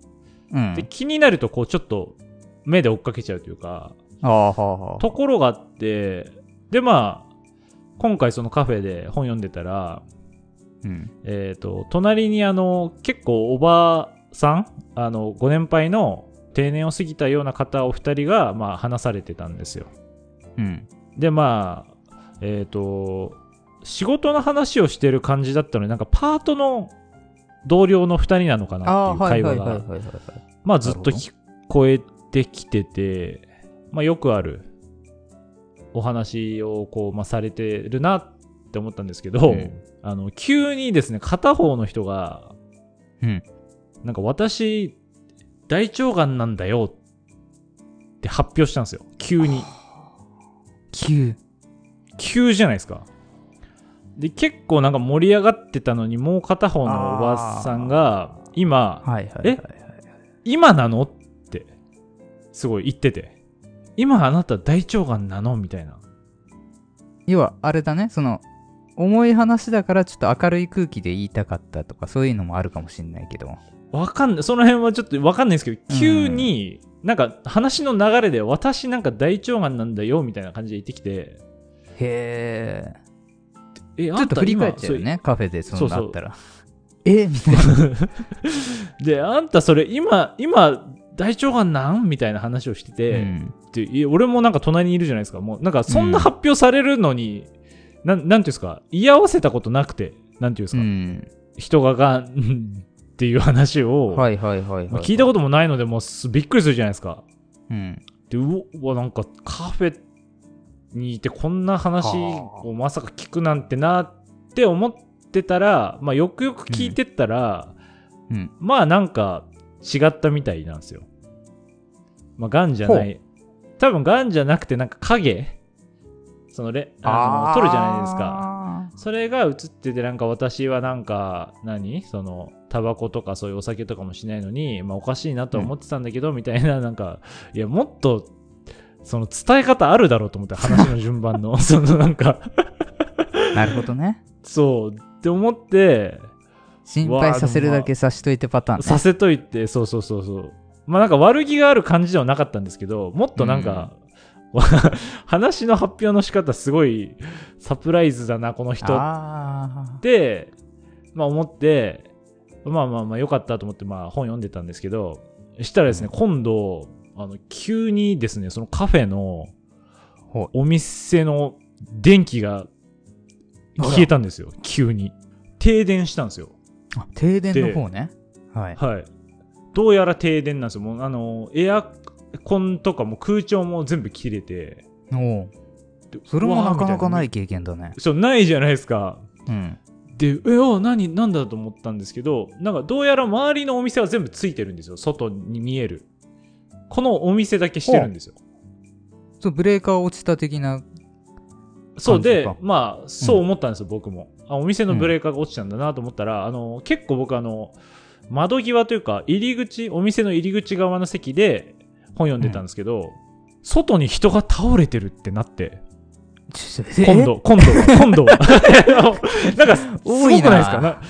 [SPEAKER 1] うん
[SPEAKER 2] で。気になるとこうちょっと目で追っかけちゃうというか
[SPEAKER 1] ああ、はあはあ
[SPEAKER 2] ところがあってでまあ今回そのカフェで本読んでたら
[SPEAKER 1] うん。
[SPEAKER 2] えっ、と、隣にあの、結構おばさん、あの、ご年配の定年を過ぎたような方お二人が、まあ、話されてたんですよ。
[SPEAKER 1] うん。
[SPEAKER 2] で、まあ、えっ、と、仕事の話をしてる感じだったのに、なんかパートの同僚の二人なのか
[SPEAKER 1] あ
[SPEAKER 2] な
[SPEAKER 1] あ、
[SPEAKER 2] っていう
[SPEAKER 1] は
[SPEAKER 2] 会
[SPEAKER 1] いは
[SPEAKER 2] 話
[SPEAKER 1] いはい
[SPEAKER 2] が、
[SPEAKER 1] はいはい。
[SPEAKER 2] まあ、ずっと
[SPEAKER 1] なるほど
[SPEAKER 2] 聞こえてきてて、まあ、よくあるお話をこう、まあ、されてるなって思ったんですけど、
[SPEAKER 1] うん
[SPEAKER 2] あの、急にですね、片方の人が、
[SPEAKER 1] うん
[SPEAKER 2] なんか私、大腸がんなんだよって発表したんですよ。急に。
[SPEAKER 1] 急。
[SPEAKER 2] 急じゃないですか。で、結構なんか盛り上がってたのに、もう片方のおばさんが、今、
[SPEAKER 1] はいはいはいはい。
[SPEAKER 2] 今なのって、すごい言ってて。今あなた大腸がんなのみたいな。
[SPEAKER 1] 要は、あれだね、その、重い話だからちょっと明るい空気で言いたかったとか、そういうのもあるかもしれないけど。
[SPEAKER 2] わかんない。その辺はちょっとわかんないですけど、
[SPEAKER 1] ん
[SPEAKER 2] 急に、なんか話の流れで、私なんか大腸がんなんだよ、みたいな感じで言ってきて、
[SPEAKER 1] へえ。ち
[SPEAKER 2] え、
[SPEAKER 1] ょっと振り返っちゃうよ
[SPEAKER 2] ね
[SPEAKER 1] ね、カフェでそんな
[SPEAKER 2] そうそう
[SPEAKER 1] あったら。えみたいな。
[SPEAKER 2] で、あんたそれ今、今、大腸がんなんみたいな話をしてて、
[SPEAKER 1] うん
[SPEAKER 2] っていや俺もなんか隣にいるじゃないですか。もうなんかそんな発表されるのに、なん、なんていうんですか、居合わせたことなくて、なんていうんです
[SPEAKER 1] う
[SPEAKER 2] か、
[SPEAKER 1] ん。
[SPEAKER 2] 人ががんっていう話を、
[SPEAKER 1] はいはいはい
[SPEAKER 2] ま
[SPEAKER 1] は
[SPEAKER 2] あ
[SPEAKER 1] い。
[SPEAKER 2] 聞いたこともないので、もうすびっくりするじゃないですか。
[SPEAKER 1] うん。
[SPEAKER 2] で、うおうわ、なんかカフェにいてこんな話をまさか聞くなんてなって思ってたら、まあよくよく聞いてったら、
[SPEAKER 1] うん。
[SPEAKER 2] まあなんか違ったみたいなんですよ。まあ、がんじゃない。多分がんじゃなくて、なんか影そのレ、あの、取るじゃないですか。
[SPEAKER 1] か。
[SPEAKER 2] それが映ってて、なんか私はなんか何、その、タバコとかそういうお酒とかもしないのに、まあおかしいなとは思ってたんだけど、みたいな、なんか、いや、もっと、その伝え方あるだろうと思って、話の順番 *laughs* の。そのなんか、
[SPEAKER 1] なるほどね。
[SPEAKER 2] そう、って思って、
[SPEAKER 1] 心配させるだけさしといてパターンね。
[SPEAKER 2] させといて、そうそうそうそう。まあなんか悪気がある感じではなかったんですけど、もっとなんか、 *laughs* 話の発表の仕方すごいサプライズだな、この人っ
[SPEAKER 1] あ
[SPEAKER 2] て、まあ思って、まあまあまあ良かったと思って、まあ本読んでたんですけど、したらですね、今度、あの、急にですね、そのカフェの
[SPEAKER 1] あ。ほ
[SPEAKER 2] お店の電気が消えたんですよ、急に。停電したんですよ。
[SPEAKER 1] うあ停電の方ね。はい。
[SPEAKER 2] はい。どうやら停電なんですよ。もう、あの、エアコンとかも空調も全部切れて。
[SPEAKER 1] おう
[SPEAKER 2] で
[SPEAKER 1] それもなかなかな。
[SPEAKER 2] うわーみ
[SPEAKER 1] い経験だね
[SPEAKER 2] た。そう、ないじゃないですか。
[SPEAKER 1] うん。
[SPEAKER 2] で、え、お何、なんだと思ったんですけど、なんかどうやら周りのお店は全部ついてるんですよ。外に見える。このお店だけしてるんですよ。
[SPEAKER 1] そう、ブレーカー落ちた的な。
[SPEAKER 2] そうで
[SPEAKER 1] 感じ、
[SPEAKER 2] まあ、そう思ったんですよ、僕も。あ、お店のブレーカーが落ちたんだなと思ったら、あの、結構僕、あの、窓際というか、入り口、お店の入り口側の席で本読んでたんですけど、外に人が倒れてるってなって、
[SPEAKER 1] ちょっと
[SPEAKER 2] 今。度、今度は、今度 *laughs* は。なんか、すご
[SPEAKER 1] 多
[SPEAKER 2] くない
[SPEAKER 1] いな
[SPEAKER 2] ですかな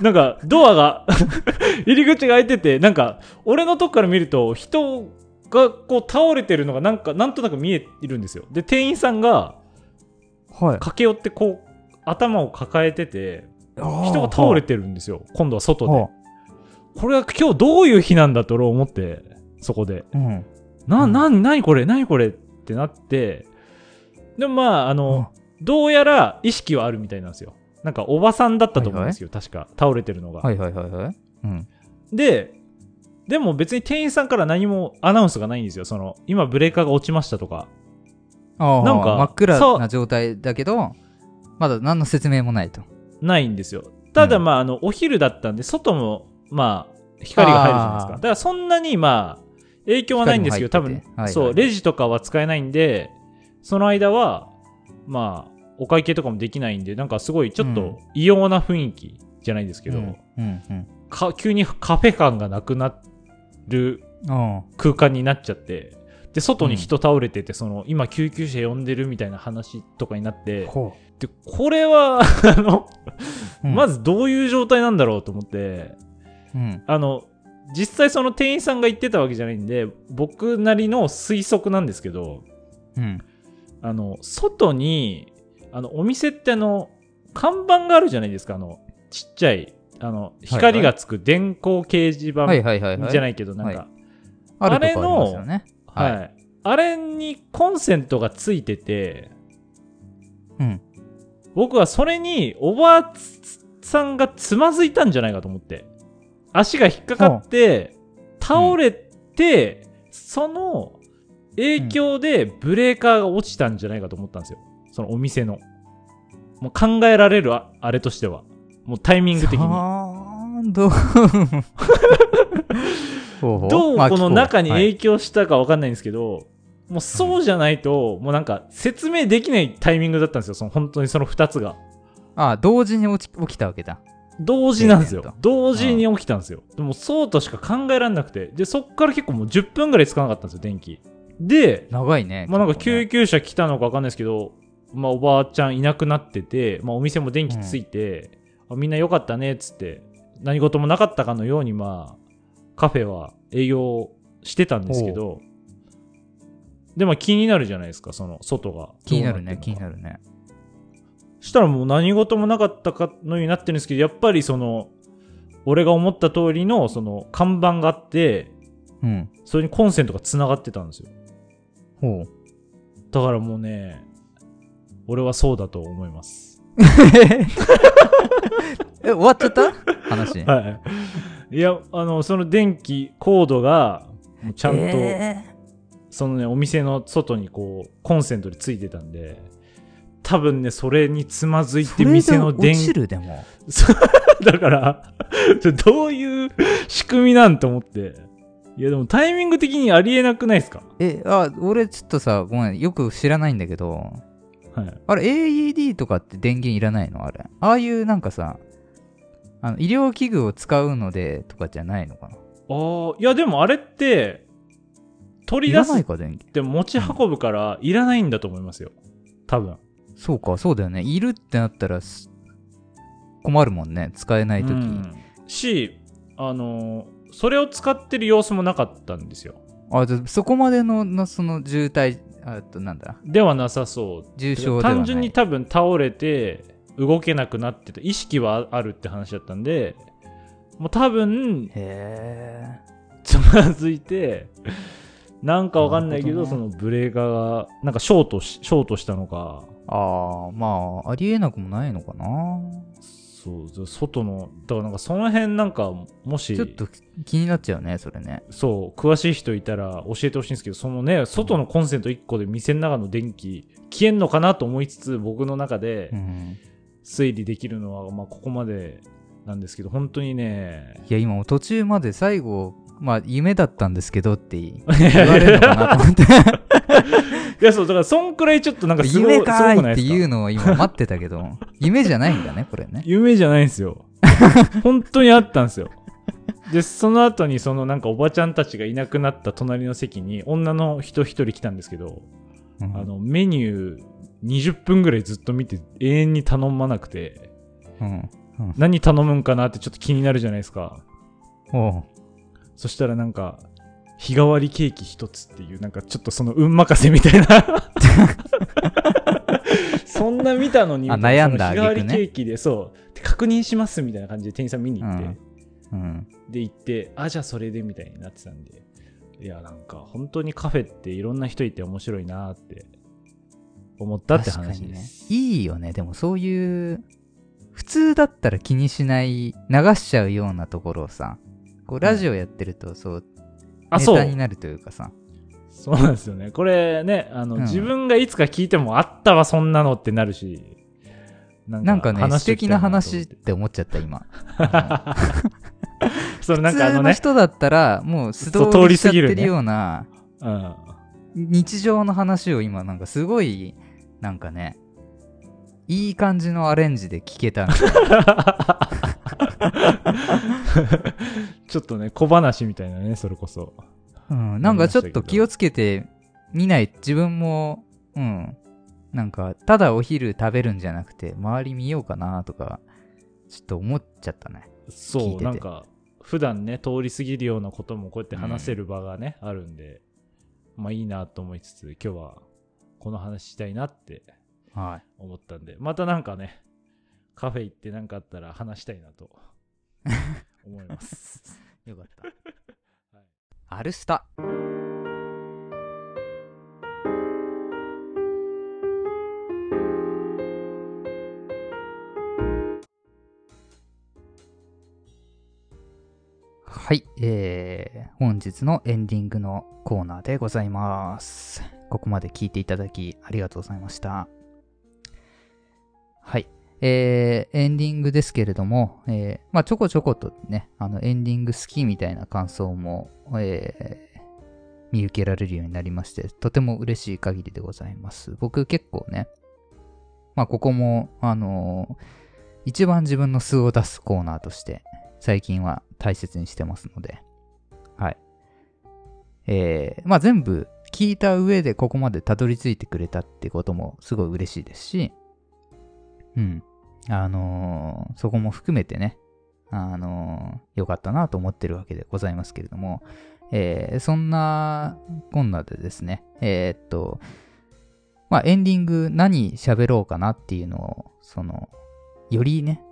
[SPEAKER 2] なんか、ドアが、 *laughs* 入り口が開いてて、なんか、俺のとこから見ると、人がこう倒れてるのが、なんか、なんとなく見えているんですよ。で、店員さんが、
[SPEAKER 1] えはい。
[SPEAKER 2] 駆け寄って、こう、頭を抱えてて、人
[SPEAKER 1] 人
[SPEAKER 2] が倒れ
[SPEAKER 1] て
[SPEAKER 2] てるんですよ。今度は外で。これは今日どういう日なんだと俺は思って、そこで。
[SPEAKER 1] うん。
[SPEAKER 2] な、
[SPEAKER 1] うん
[SPEAKER 2] な、なにこれ、なにこれってなって、でもまあ、あの、どうやら意識はあるみたいなんですよ。なんかおばさんだったと思うんですよ、確か。倒れてるのが。
[SPEAKER 1] はいはいはいはい。うん。
[SPEAKER 2] で、でも別に店員さんから何もアナウンスがないんですよ。その、今ブレーカーが落ちましたとか。
[SPEAKER 1] ああ、
[SPEAKER 2] なんか
[SPEAKER 1] 真っ
[SPEAKER 2] そ
[SPEAKER 1] 暗
[SPEAKER 2] う
[SPEAKER 1] な状態だけど、まだ何の説明もないと。
[SPEAKER 2] ないんですよ。ただ
[SPEAKER 1] うん
[SPEAKER 2] まあ、あの、お昼だったんで、外も、まあ、光が入るじゃないです
[SPEAKER 1] あ
[SPEAKER 2] か。
[SPEAKER 1] ー
[SPEAKER 2] だからそんなにまあ、影響はないんですけど、多
[SPEAKER 1] 光も入
[SPEAKER 2] 分
[SPEAKER 1] ってて、はいはい
[SPEAKER 2] そう、レジとかは使えないんで、その間は、まあ、お会計とかもできないんで、なんかすごいちょっ
[SPEAKER 1] うん
[SPEAKER 2] と異様な雰囲気じゃないですけど、
[SPEAKER 1] うんうん
[SPEAKER 2] か急にカフェ感がなくなる
[SPEAKER 1] うん。あ
[SPEAKER 2] 空間になっちゃって、で、外に人倒れてて、その、今救急車呼んでるみたいな話とかになって
[SPEAKER 1] あ。、ほ
[SPEAKER 2] で、これは、 *laughs* あの、
[SPEAKER 1] うん。
[SPEAKER 2] ま
[SPEAKER 1] ず、
[SPEAKER 2] ずどういう状態なんだろうと思って、
[SPEAKER 1] うん。
[SPEAKER 2] あの、実際その店員さんが言ってたわけじゃないんで、僕なりの推測なんですけど、
[SPEAKER 1] うん。
[SPEAKER 2] あの、外に、あの、お店ってあの、看板があるじゃないですか、あの、ちっちゃい、あの、光がつく電光掲示板
[SPEAKER 1] はいはいはいはい。
[SPEAKER 2] じゃないけど、なん
[SPEAKER 1] は
[SPEAKER 2] か、
[SPEAKER 1] あるとこありますよね。
[SPEAKER 2] は、
[SPEAKER 1] はいい
[SPEAKER 2] あれにコンセントがついてて、
[SPEAKER 1] うん。
[SPEAKER 2] 僕はそれにおばあさんがつまずいたんじゃないかと思って足が引っかかって倒れて、その影響でブレーカーが落ちたんじゃないかと思ったんですよそのお店のもう考えられるああれとしてはもうタイミング的に
[SPEAKER 1] さーんどうほうほう
[SPEAKER 2] どう
[SPEAKER 1] まあ
[SPEAKER 2] この中に
[SPEAKER 1] 聞こうはい
[SPEAKER 2] 影響したかわかんないんですけど、もうそうじゃないと、もうなんか説明できないタイミングだったんですよ、その本当にその2つが。
[SPEAKER 1] ああ同時に起き起きたわけだ
[SPEAKER 2] 同時なんですよ
[SPEAKER 1] ええええ。
[SPEAKER 2] 同時に起きたんですよ。でもそうとしか考えられなくて。で、そっから結構もう10分ぐらいつかなかったんですよ、電気。で、
[SPEAKER 1] 長いね
[SPEAKER 2] まあなんか
[SPEAKER 1] 結構ね
[SPEAKER 2] 救急車来たのかわかんないですけど、まあおばあちゃんいなくなってて、まあお店も電気ついて、あみんな良かったねっつって、何事もなかったかのようにまあ、カフェは営業してたんですけど、でまあ気になるじゃないですか、その外が。
[SPEAKER 1] 気になるね気に
[SPEAKER 2] る。
[SPEAKER 1] なるね
[SPEAKER 2] したらもう何事もなかったかのようになってるんですけど、やっぱりその、俺が思った通りのその看板があって、
[SPEAKER 1] うん
[SPEAKER 2] それにコンセントが繋がってたんですよ。
[SPEAKER 1] ほ *laughs* う
[SPEAKER 2] だからもうね、俺はそうだと思います。
[SPEAKER 1] え終わっちゃった話
[SPEAKER 2] はい。いや、あの、その電気、コードが、もうちゃんと、
[SPEAKER 1] え
[SPEAKER 2] そのね、お店の外にこう、コンセントでついてたんで、多分ね、それにつまずい
[SPEAKER 1] ーそ
[SPEAKER 2] て、
[SPEAKER 1] れで
[SPEAKER 2] 店の電
[SPEAKER 1] 落ち
[SPEAKER 2] *laughs* 気、
[SPEAKER 1] るでも
[SPEAKER 2] だから、ちょどういう仕組みなんと思って。いや、でもタイミング的にありえなくないですか
[SPEAKER 1] えあ俺ちょっとさごめんよく知らないんだけど
[SPEAKER 2] はい。
[SPEAKER 1] あれ AED とかって電源いらないのあれああいうなんかさあの医療器具を使うのでとかじゃないのかな
[SPEAKER 2] ああ、いや、でもあれって、取
[SPEAKER 1] い
[SPEAKER 2] り出
[SPEAKER 1] ら
[SPEAKER 2] す
[SPEAKER 1] な
[SPEAKER 2] っ
[SPEAKER 1] いか電気
[SPEAKER 2] て持ち運ぶから、いらないんだと思いますよ。多分。
[SPEAKER 1] そうか、そうだよね。いるってなったらす困るもんね。使えないとき。
[SPEAKER 2] うんしあのそれを使ってる様子もなかったんですよ
[SPEAKER 1] あ、じゃあそこまでの、なその渋滞、あとなんだ、
[SPEAKER 2] ではなさそう
[SPEAKER 1] 重症ではない。
[SPEAKER 2] 単純に多分倒れて動けなくなってた意識はあるって話だったんでもう多分
[SPEAKER 1] へえ。
[SPEAKER 2] つまずいてなんかわかんないけ
[SPEAKER 1] な
[SPEAKER 2] ど
[SPEAKER 1] るほ
[SPEAKER 2] そ
[SPEAKER 1] ど
[SPEAKER 2] のブレーカーがなんかショートしショートしたのか
[SPEAKER 1] ああ、まあ、ありえなくもないのかな。
[SPEAKER 2] そうそう外のだからなんかその辺なんかもし
[SPEAKER 1] ちょっと気になっちゃうね、それね。
[SPEAKER 2] そう、詳しい人いたら教えてほしいんですけど、そのね、外のコンセント1個で店の中の電気消えんのかなと思いつつ、僕の中で
[SPEAKER 1] うん。
[SPEAKER 2] 推理できるのは、まあ、ここまでなんですけど、本当にね、
[SPEAKER 1] いや、今、途中まで最後、まあ、夢だったんですけどって言い言われるのかなと思って。
[SPEAKER 2] いや、そう、だから、そんくらいちょっ *laughs* となんかすごい
[SPEAKER 1] 夢か
[SPEAKER 2] すごく
[SPEAKER 1] ーい
[SPEAKER 2] な
[SPEAKER 1] っ
[SPEAKER 2] い
[SPEAKER 1] て
[SPEAKER 2] ですか
[SPEAKER 1] いうのを今待ってたけど、夢じゃないんだね、これね。 *laughs*
[SPEAKER 2] 夢じゃないんですよ。本当にあったんですよ。で、その後にそのなんかおばちゃんたちがいなくなった隣の席に女の人一人来たんですけど、
[SPEAKER 1] うん
[SPEAKER 2] *laughs* あの、メニュー20分ぐらいずっと見て永遠に頼まなくて、
[SPEAKER 1] うん。
[SPEAKER 2] 何頼むんかなってちょっと気になるじゃないですか。
[SPEAKER 1] おう
[SPEAKER 2] そしたらなんか、日替わりケーキ一つっていう、なんかちょっとその運任せみたいな。 *laughs* そんな見たのに、
[SPEAKER 1] あ悩んだ
[SPEAKER 2] その日替わ
[SPEAKER 1] 挙句
[SPEAKER 2] り
[SPEAKER 1] ね
[SPEAKER 2] ケーキで、そう、で確認しますみたいな感じで店員さん見に行って、
[SPEAKER 1] うんうん。
[SPEAKER 2] で行って、あ、じゃあそれでみたいになってたんで、いや、なんか本当にカフェっていろんな人いて面白いなって思ったって
[SPEAKER 1] 確か
[SPEAKER 2] 話
[SPEAKER 1] に
[SPEAKER 2] で
[SPEAKER 1] ね
[SPEAKER 2] す。。
[SPEAKER 1] いいよね。でもそういう、普通だったら気にしない、流しちゃうようなところをさ、こうラジオやってると、そう、
[SPEAKER 2] あ、
[SPEAKER 1] ネ
[SPEAKER 2] そ
[SPEAKER 1] タに
[SPEAKER 2] う。
[SPEAKER 1] なるというかさ。
[SPEAKER 2] そうなんですよね。これね、あの、
[SPEAKER 1] うん
[SPEAKER 2] 自分がいつか聞いてもあったわ、そんなのってなるし。な
[SPEAKER 1] なんかね、
[SPEAKER 2] 話
[SPEAKER 1] 素
[SPEAKER 2] しておき
[SPEAKER 1] 敵
[SPEAKER 2] たい
[SPEAKER 1] な
[SPEAKER 2] と思
[SPEAKER 1] 話って思って思っちゃった、
[SPEAKER 2] *laughs*
[SPEAKER 1] 今。
[SPEAKER 2] そのな
[SPEAKER 1] 普
[SPEAKER 2] んかあ
[SPEAKER 1] 通
[SPEAKER 2] の
[SPEAKER 1] の
[SPEAKER 2] ね、
[SPEAKER 1] 人だったら、もう素
[SPEAKER 2] そう
[SPEAKER 1] 通
[SPEAKER 2] 通
[SPEAKER 1] り
[SPEAKER 2] り
[SPEAKER 1] しちゃ
[SPEAKER 2] 過
[SPEAKER 1] っ
[SPEAKER 2] ぎるね
[SPEAKER 1] てるような、
[SPEAKER 2] うん、
[SPEAKER 1] 日常の話を今、なんかすごい、なんかね、いい感じのアレンジで聞けたな。
[SPEAKER 2] ちょっとね、小話みたいなね、それこそ。
[SPEAKER 1] うん、なんかちょっと気をつけて見ない自分も、うん、なんかただお昼食べるんじゃなくて周り見ようかなとかちょっと思っちゃったね。聞い
[SPEAKER 2] そ
[SPEAKER 1] て
[SPEAKER 2] う、
[SPEAKER 1] て
[SPEAKER 2] なんか、普段ね、通り過ぎるようなこともこうやって話せる場がね、あるんで、まあいいなと思いつつ、今日はこの話したいなって
[SPEAKER 1] は
[SPEAKER 2] 思ったんで、またなんかね、カフェ行ってなんかあったら話したいなと思います。
[SPEAKER 1] い。よかった。
[SPEAKER 2] はい
[SPEAKER 1] アルスタ。はい、えー、本日のエンディングのコーナーでございます。ここまで聞いていただきありがとうございました。はい、えーエンディングですけれども、えーまあ、ちょこちょことね、あのエンディング好きみたいな感想も、えー見受けられるようになりまして、とても嬉しい限りでございます。僕結構ね、まあ、ここも、あのー一番自分の素を出すコーナーとして、最近は大切にしてますので、はい。えーまあ、全部聞いた上でここまでたどり着いてくれたってこともすごい嬉しいですし、うん。あのーそこも含めてね、あのー良かったなと思ってるわけでございますけれども、えーそんなこんなでですね、えーっと、まあ、エンディング何喋ろうかなっていうのを、その、よりね、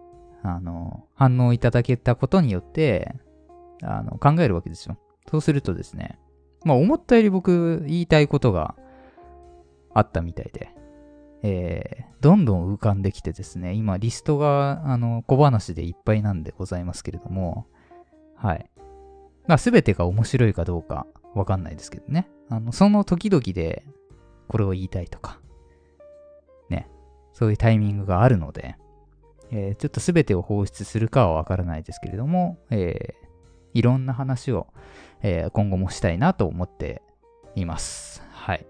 [SPEAKER 1] あの反応いただけたことによって、あの、考えるわけですよ。そうするとですね、まあ、思ったより僕言いたいことがあったみたいで、えーどんどん浮かんできてですね、今リストがあの小話でいっぱいなんでございますけれども、はい。まあ、全てが面白いかどうかわかんないですけどね。あの、その時々でこれを言いたいとか、ね、そういうタイミングがあるので、えーちょっと全てを放出するかはわからないですけれども、えーいろんな話を、えー今後もしたいなと思っています。はい。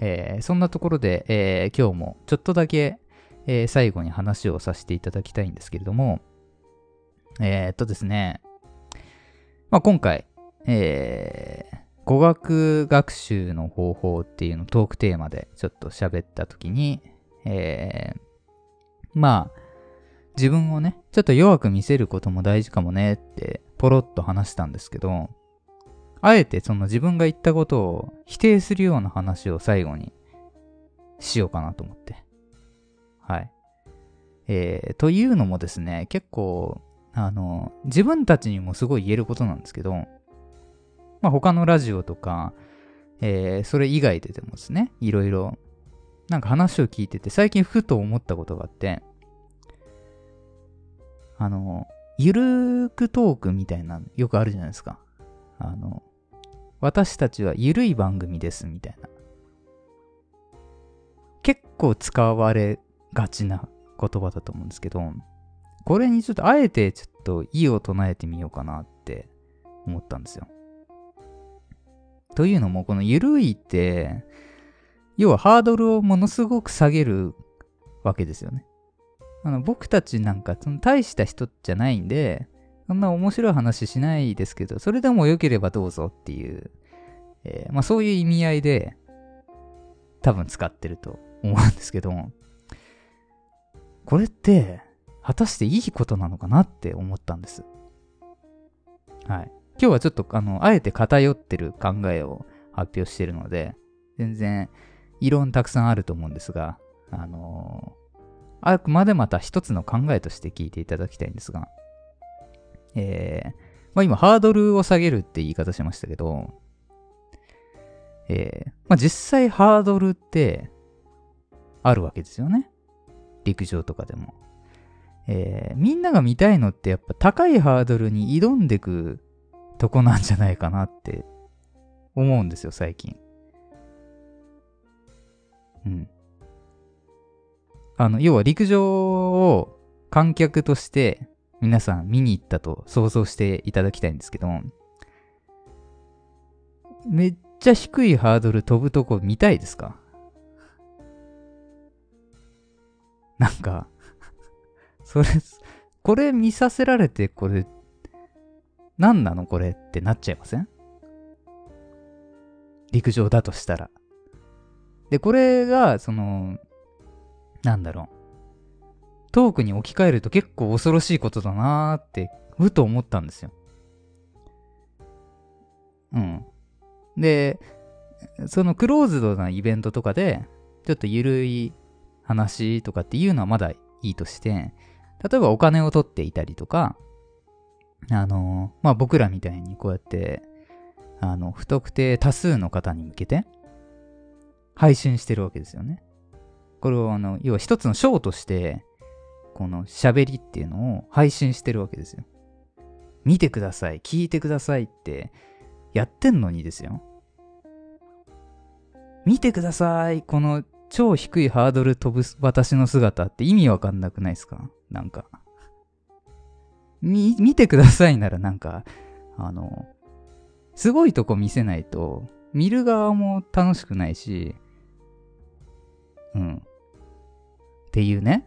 [SPEAKER 1] えーそんなところで、えー今日もちょっとだけ、えー最後に話をさせていただきたいんですけれども、えーっとですね、まあ、今回、えー語学学習の方法っていうのをトークテーマでちょっと喋ったときに、えーまあ、自分をね、ちょっと弱く見せることも大事かもねって、ポロッと話したんですけど、あえてその自分が言ったことを否定するような話を最後にしようかなと思って。はい。えー、というのもですね、結構、あの、自分たちにもすごい言えることなんですけど、まあ他のラジオとか、えー、それ以外ででもですね、いろいろ、なんか話を聞いてて、最近ふと思ったことがあって、あの、ゆるーくトークみたいなのよくあるじゃないですか。あの、私たちはゆるい番組ですみたいな。結構使われがちな言葉だと思うんですけど、これにちょっとあえてちょっと意を唱えてみようかなって思ったんですよ。というのも、このゆるいって、要はハードルをものすごく下げるわけですよね。あの僕たちなんかその大した人じゃないんで、そんな面白い話しないですけど、それでも良ければどうぞっていう、えーまあそういう意味合いで、多分使ってると思うんですけど、これって、果たしていいことなのかなって思ったんです。はい。今日はちょっと、あの、あえて偏ってる考えを発表してるので、全然、異論たくさんあると思うんですが、あのーあくまでまた一つの考えとして聞いていただきたいんですが、えー、まあ今、ハードルを下げるって言い方しましたけど、えー、まあ実際ハードルって、あるわけですよね。陸上とかでも。えーみんなが見たいのってやっぱ高いハードルに挑んでくとこなんじゃないかなって思うんですよ、最近。うん。あの、要は陸上を観客として皆さん見に行ったと想像していただきたいんですけど、めっちゃ低いハードル飛ぶとこ見たいですか *laughs* なんか、 *laughs* それ、これ見させられて、これ、何なのこれってなっちゃいません陸上だとしたら。で、これが、その、なんだろう。トークに置き換えると結構恐ろしいことだなーって、ふと思ったんですよ。うん。で、そのクローズドなイベントとかで、ちょっとゆるい話とかっていうのはまだいいとして、例えばお金を取っていたりとか、あの、まあ、僕らみたいにこうやって、あの、不特定多数の方に向けて、配信してるわけですよね。これを、あの、要は一つのショーとして、この喋りっていうのを配信してるわけですよ。見てください、聞いてくださいって、やってんのにですよ。見てください、この超低いハードル飛ぶ私の姿って意味わかんなくないですかなんか。み、見てくださいならなんか、あの、すごいとこ見せないと、見る側も楽しくないし、うん。っていうね。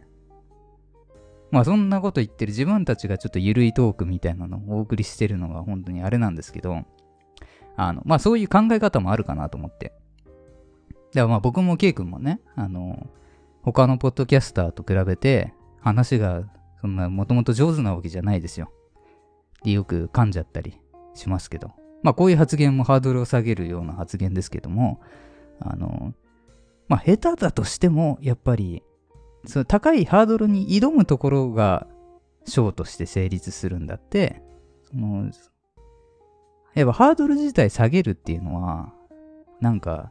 [SPEAKER 1] まあそんなこと言ってる自分たちがちょっとゆるいトークみたいなのをお送りしてるのが本当にあれなんですけど、あの、まあそういう考え方もあるかなと思って。だからまあ僕も K 君もね、あの、他のポッドキャスターと比べて話がそんなもともと上手なわけじゃないですよ。で、よく噛んじゃったりしますけど。まあこういう発言もハードルを下げるような発言ですけども、あの、まあ下手だとしても、やっぱり、その高いハードルに挑むところが、ショーとして成立するんだって、その、やっぱハードル自体下げるっていうのは、なんか、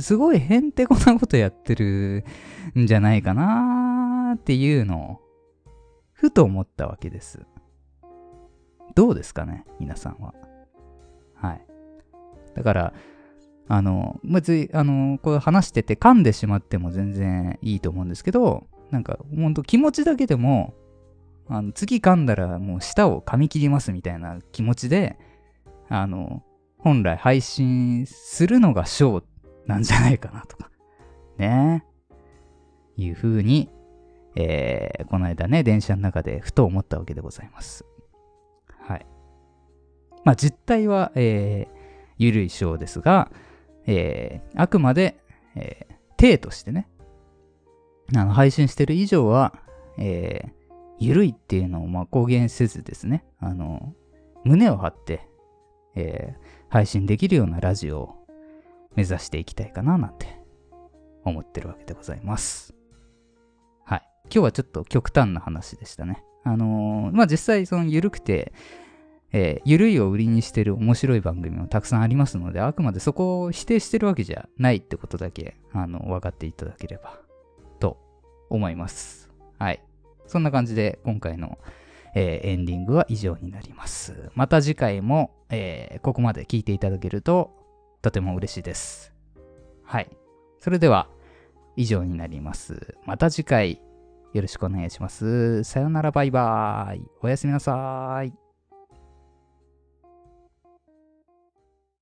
[SPEAKER 1] すごいへんてこなことやってるんじゃないかなーっていうのを、ふと思ったわけです。どうですかね皆さんは。はい。だから、あの、別に、あの、こう話してて噛んでしまっても全然いいと思うんですけど、なんか、ほんと気持ちだけでも、あの次噛んだらもう舌を噛み切りますみたいな気持ちで、あの、本来配信するのがショーなんじゃないかなとか、ねえ、いう風に、えー、この間ね、電車の中でふと思ったわけでございます。はい。まあ、実態は、えー、ゆるいショーですが、えー、あくまで、えー、体としてね、あの、配信してる以上は、えー、ゆるいっていうのを、まあ、公言せずですね、あの、胸を張って、えー、配信できるようなラジオを目指していきたいかななんて思ってるわけでございます。はい。今日はちょっと極端な話でしたね。あのーまあ、実際その緩くて、えー緩いを売りにしてる面白い番組もたくさんありますので、あくまでそこを否定してるわけじゃないってことだけ、あの、分かっていただければと思います。はい。そんな感じで今回の、えーエンディングは以上になります。また次回も、えーここまで聞いていただけるととても嬉しいです。はい。それでは、以上になります。また次回、よろしくお願いします。さよなら、バイバーイ。おやすみなさーい。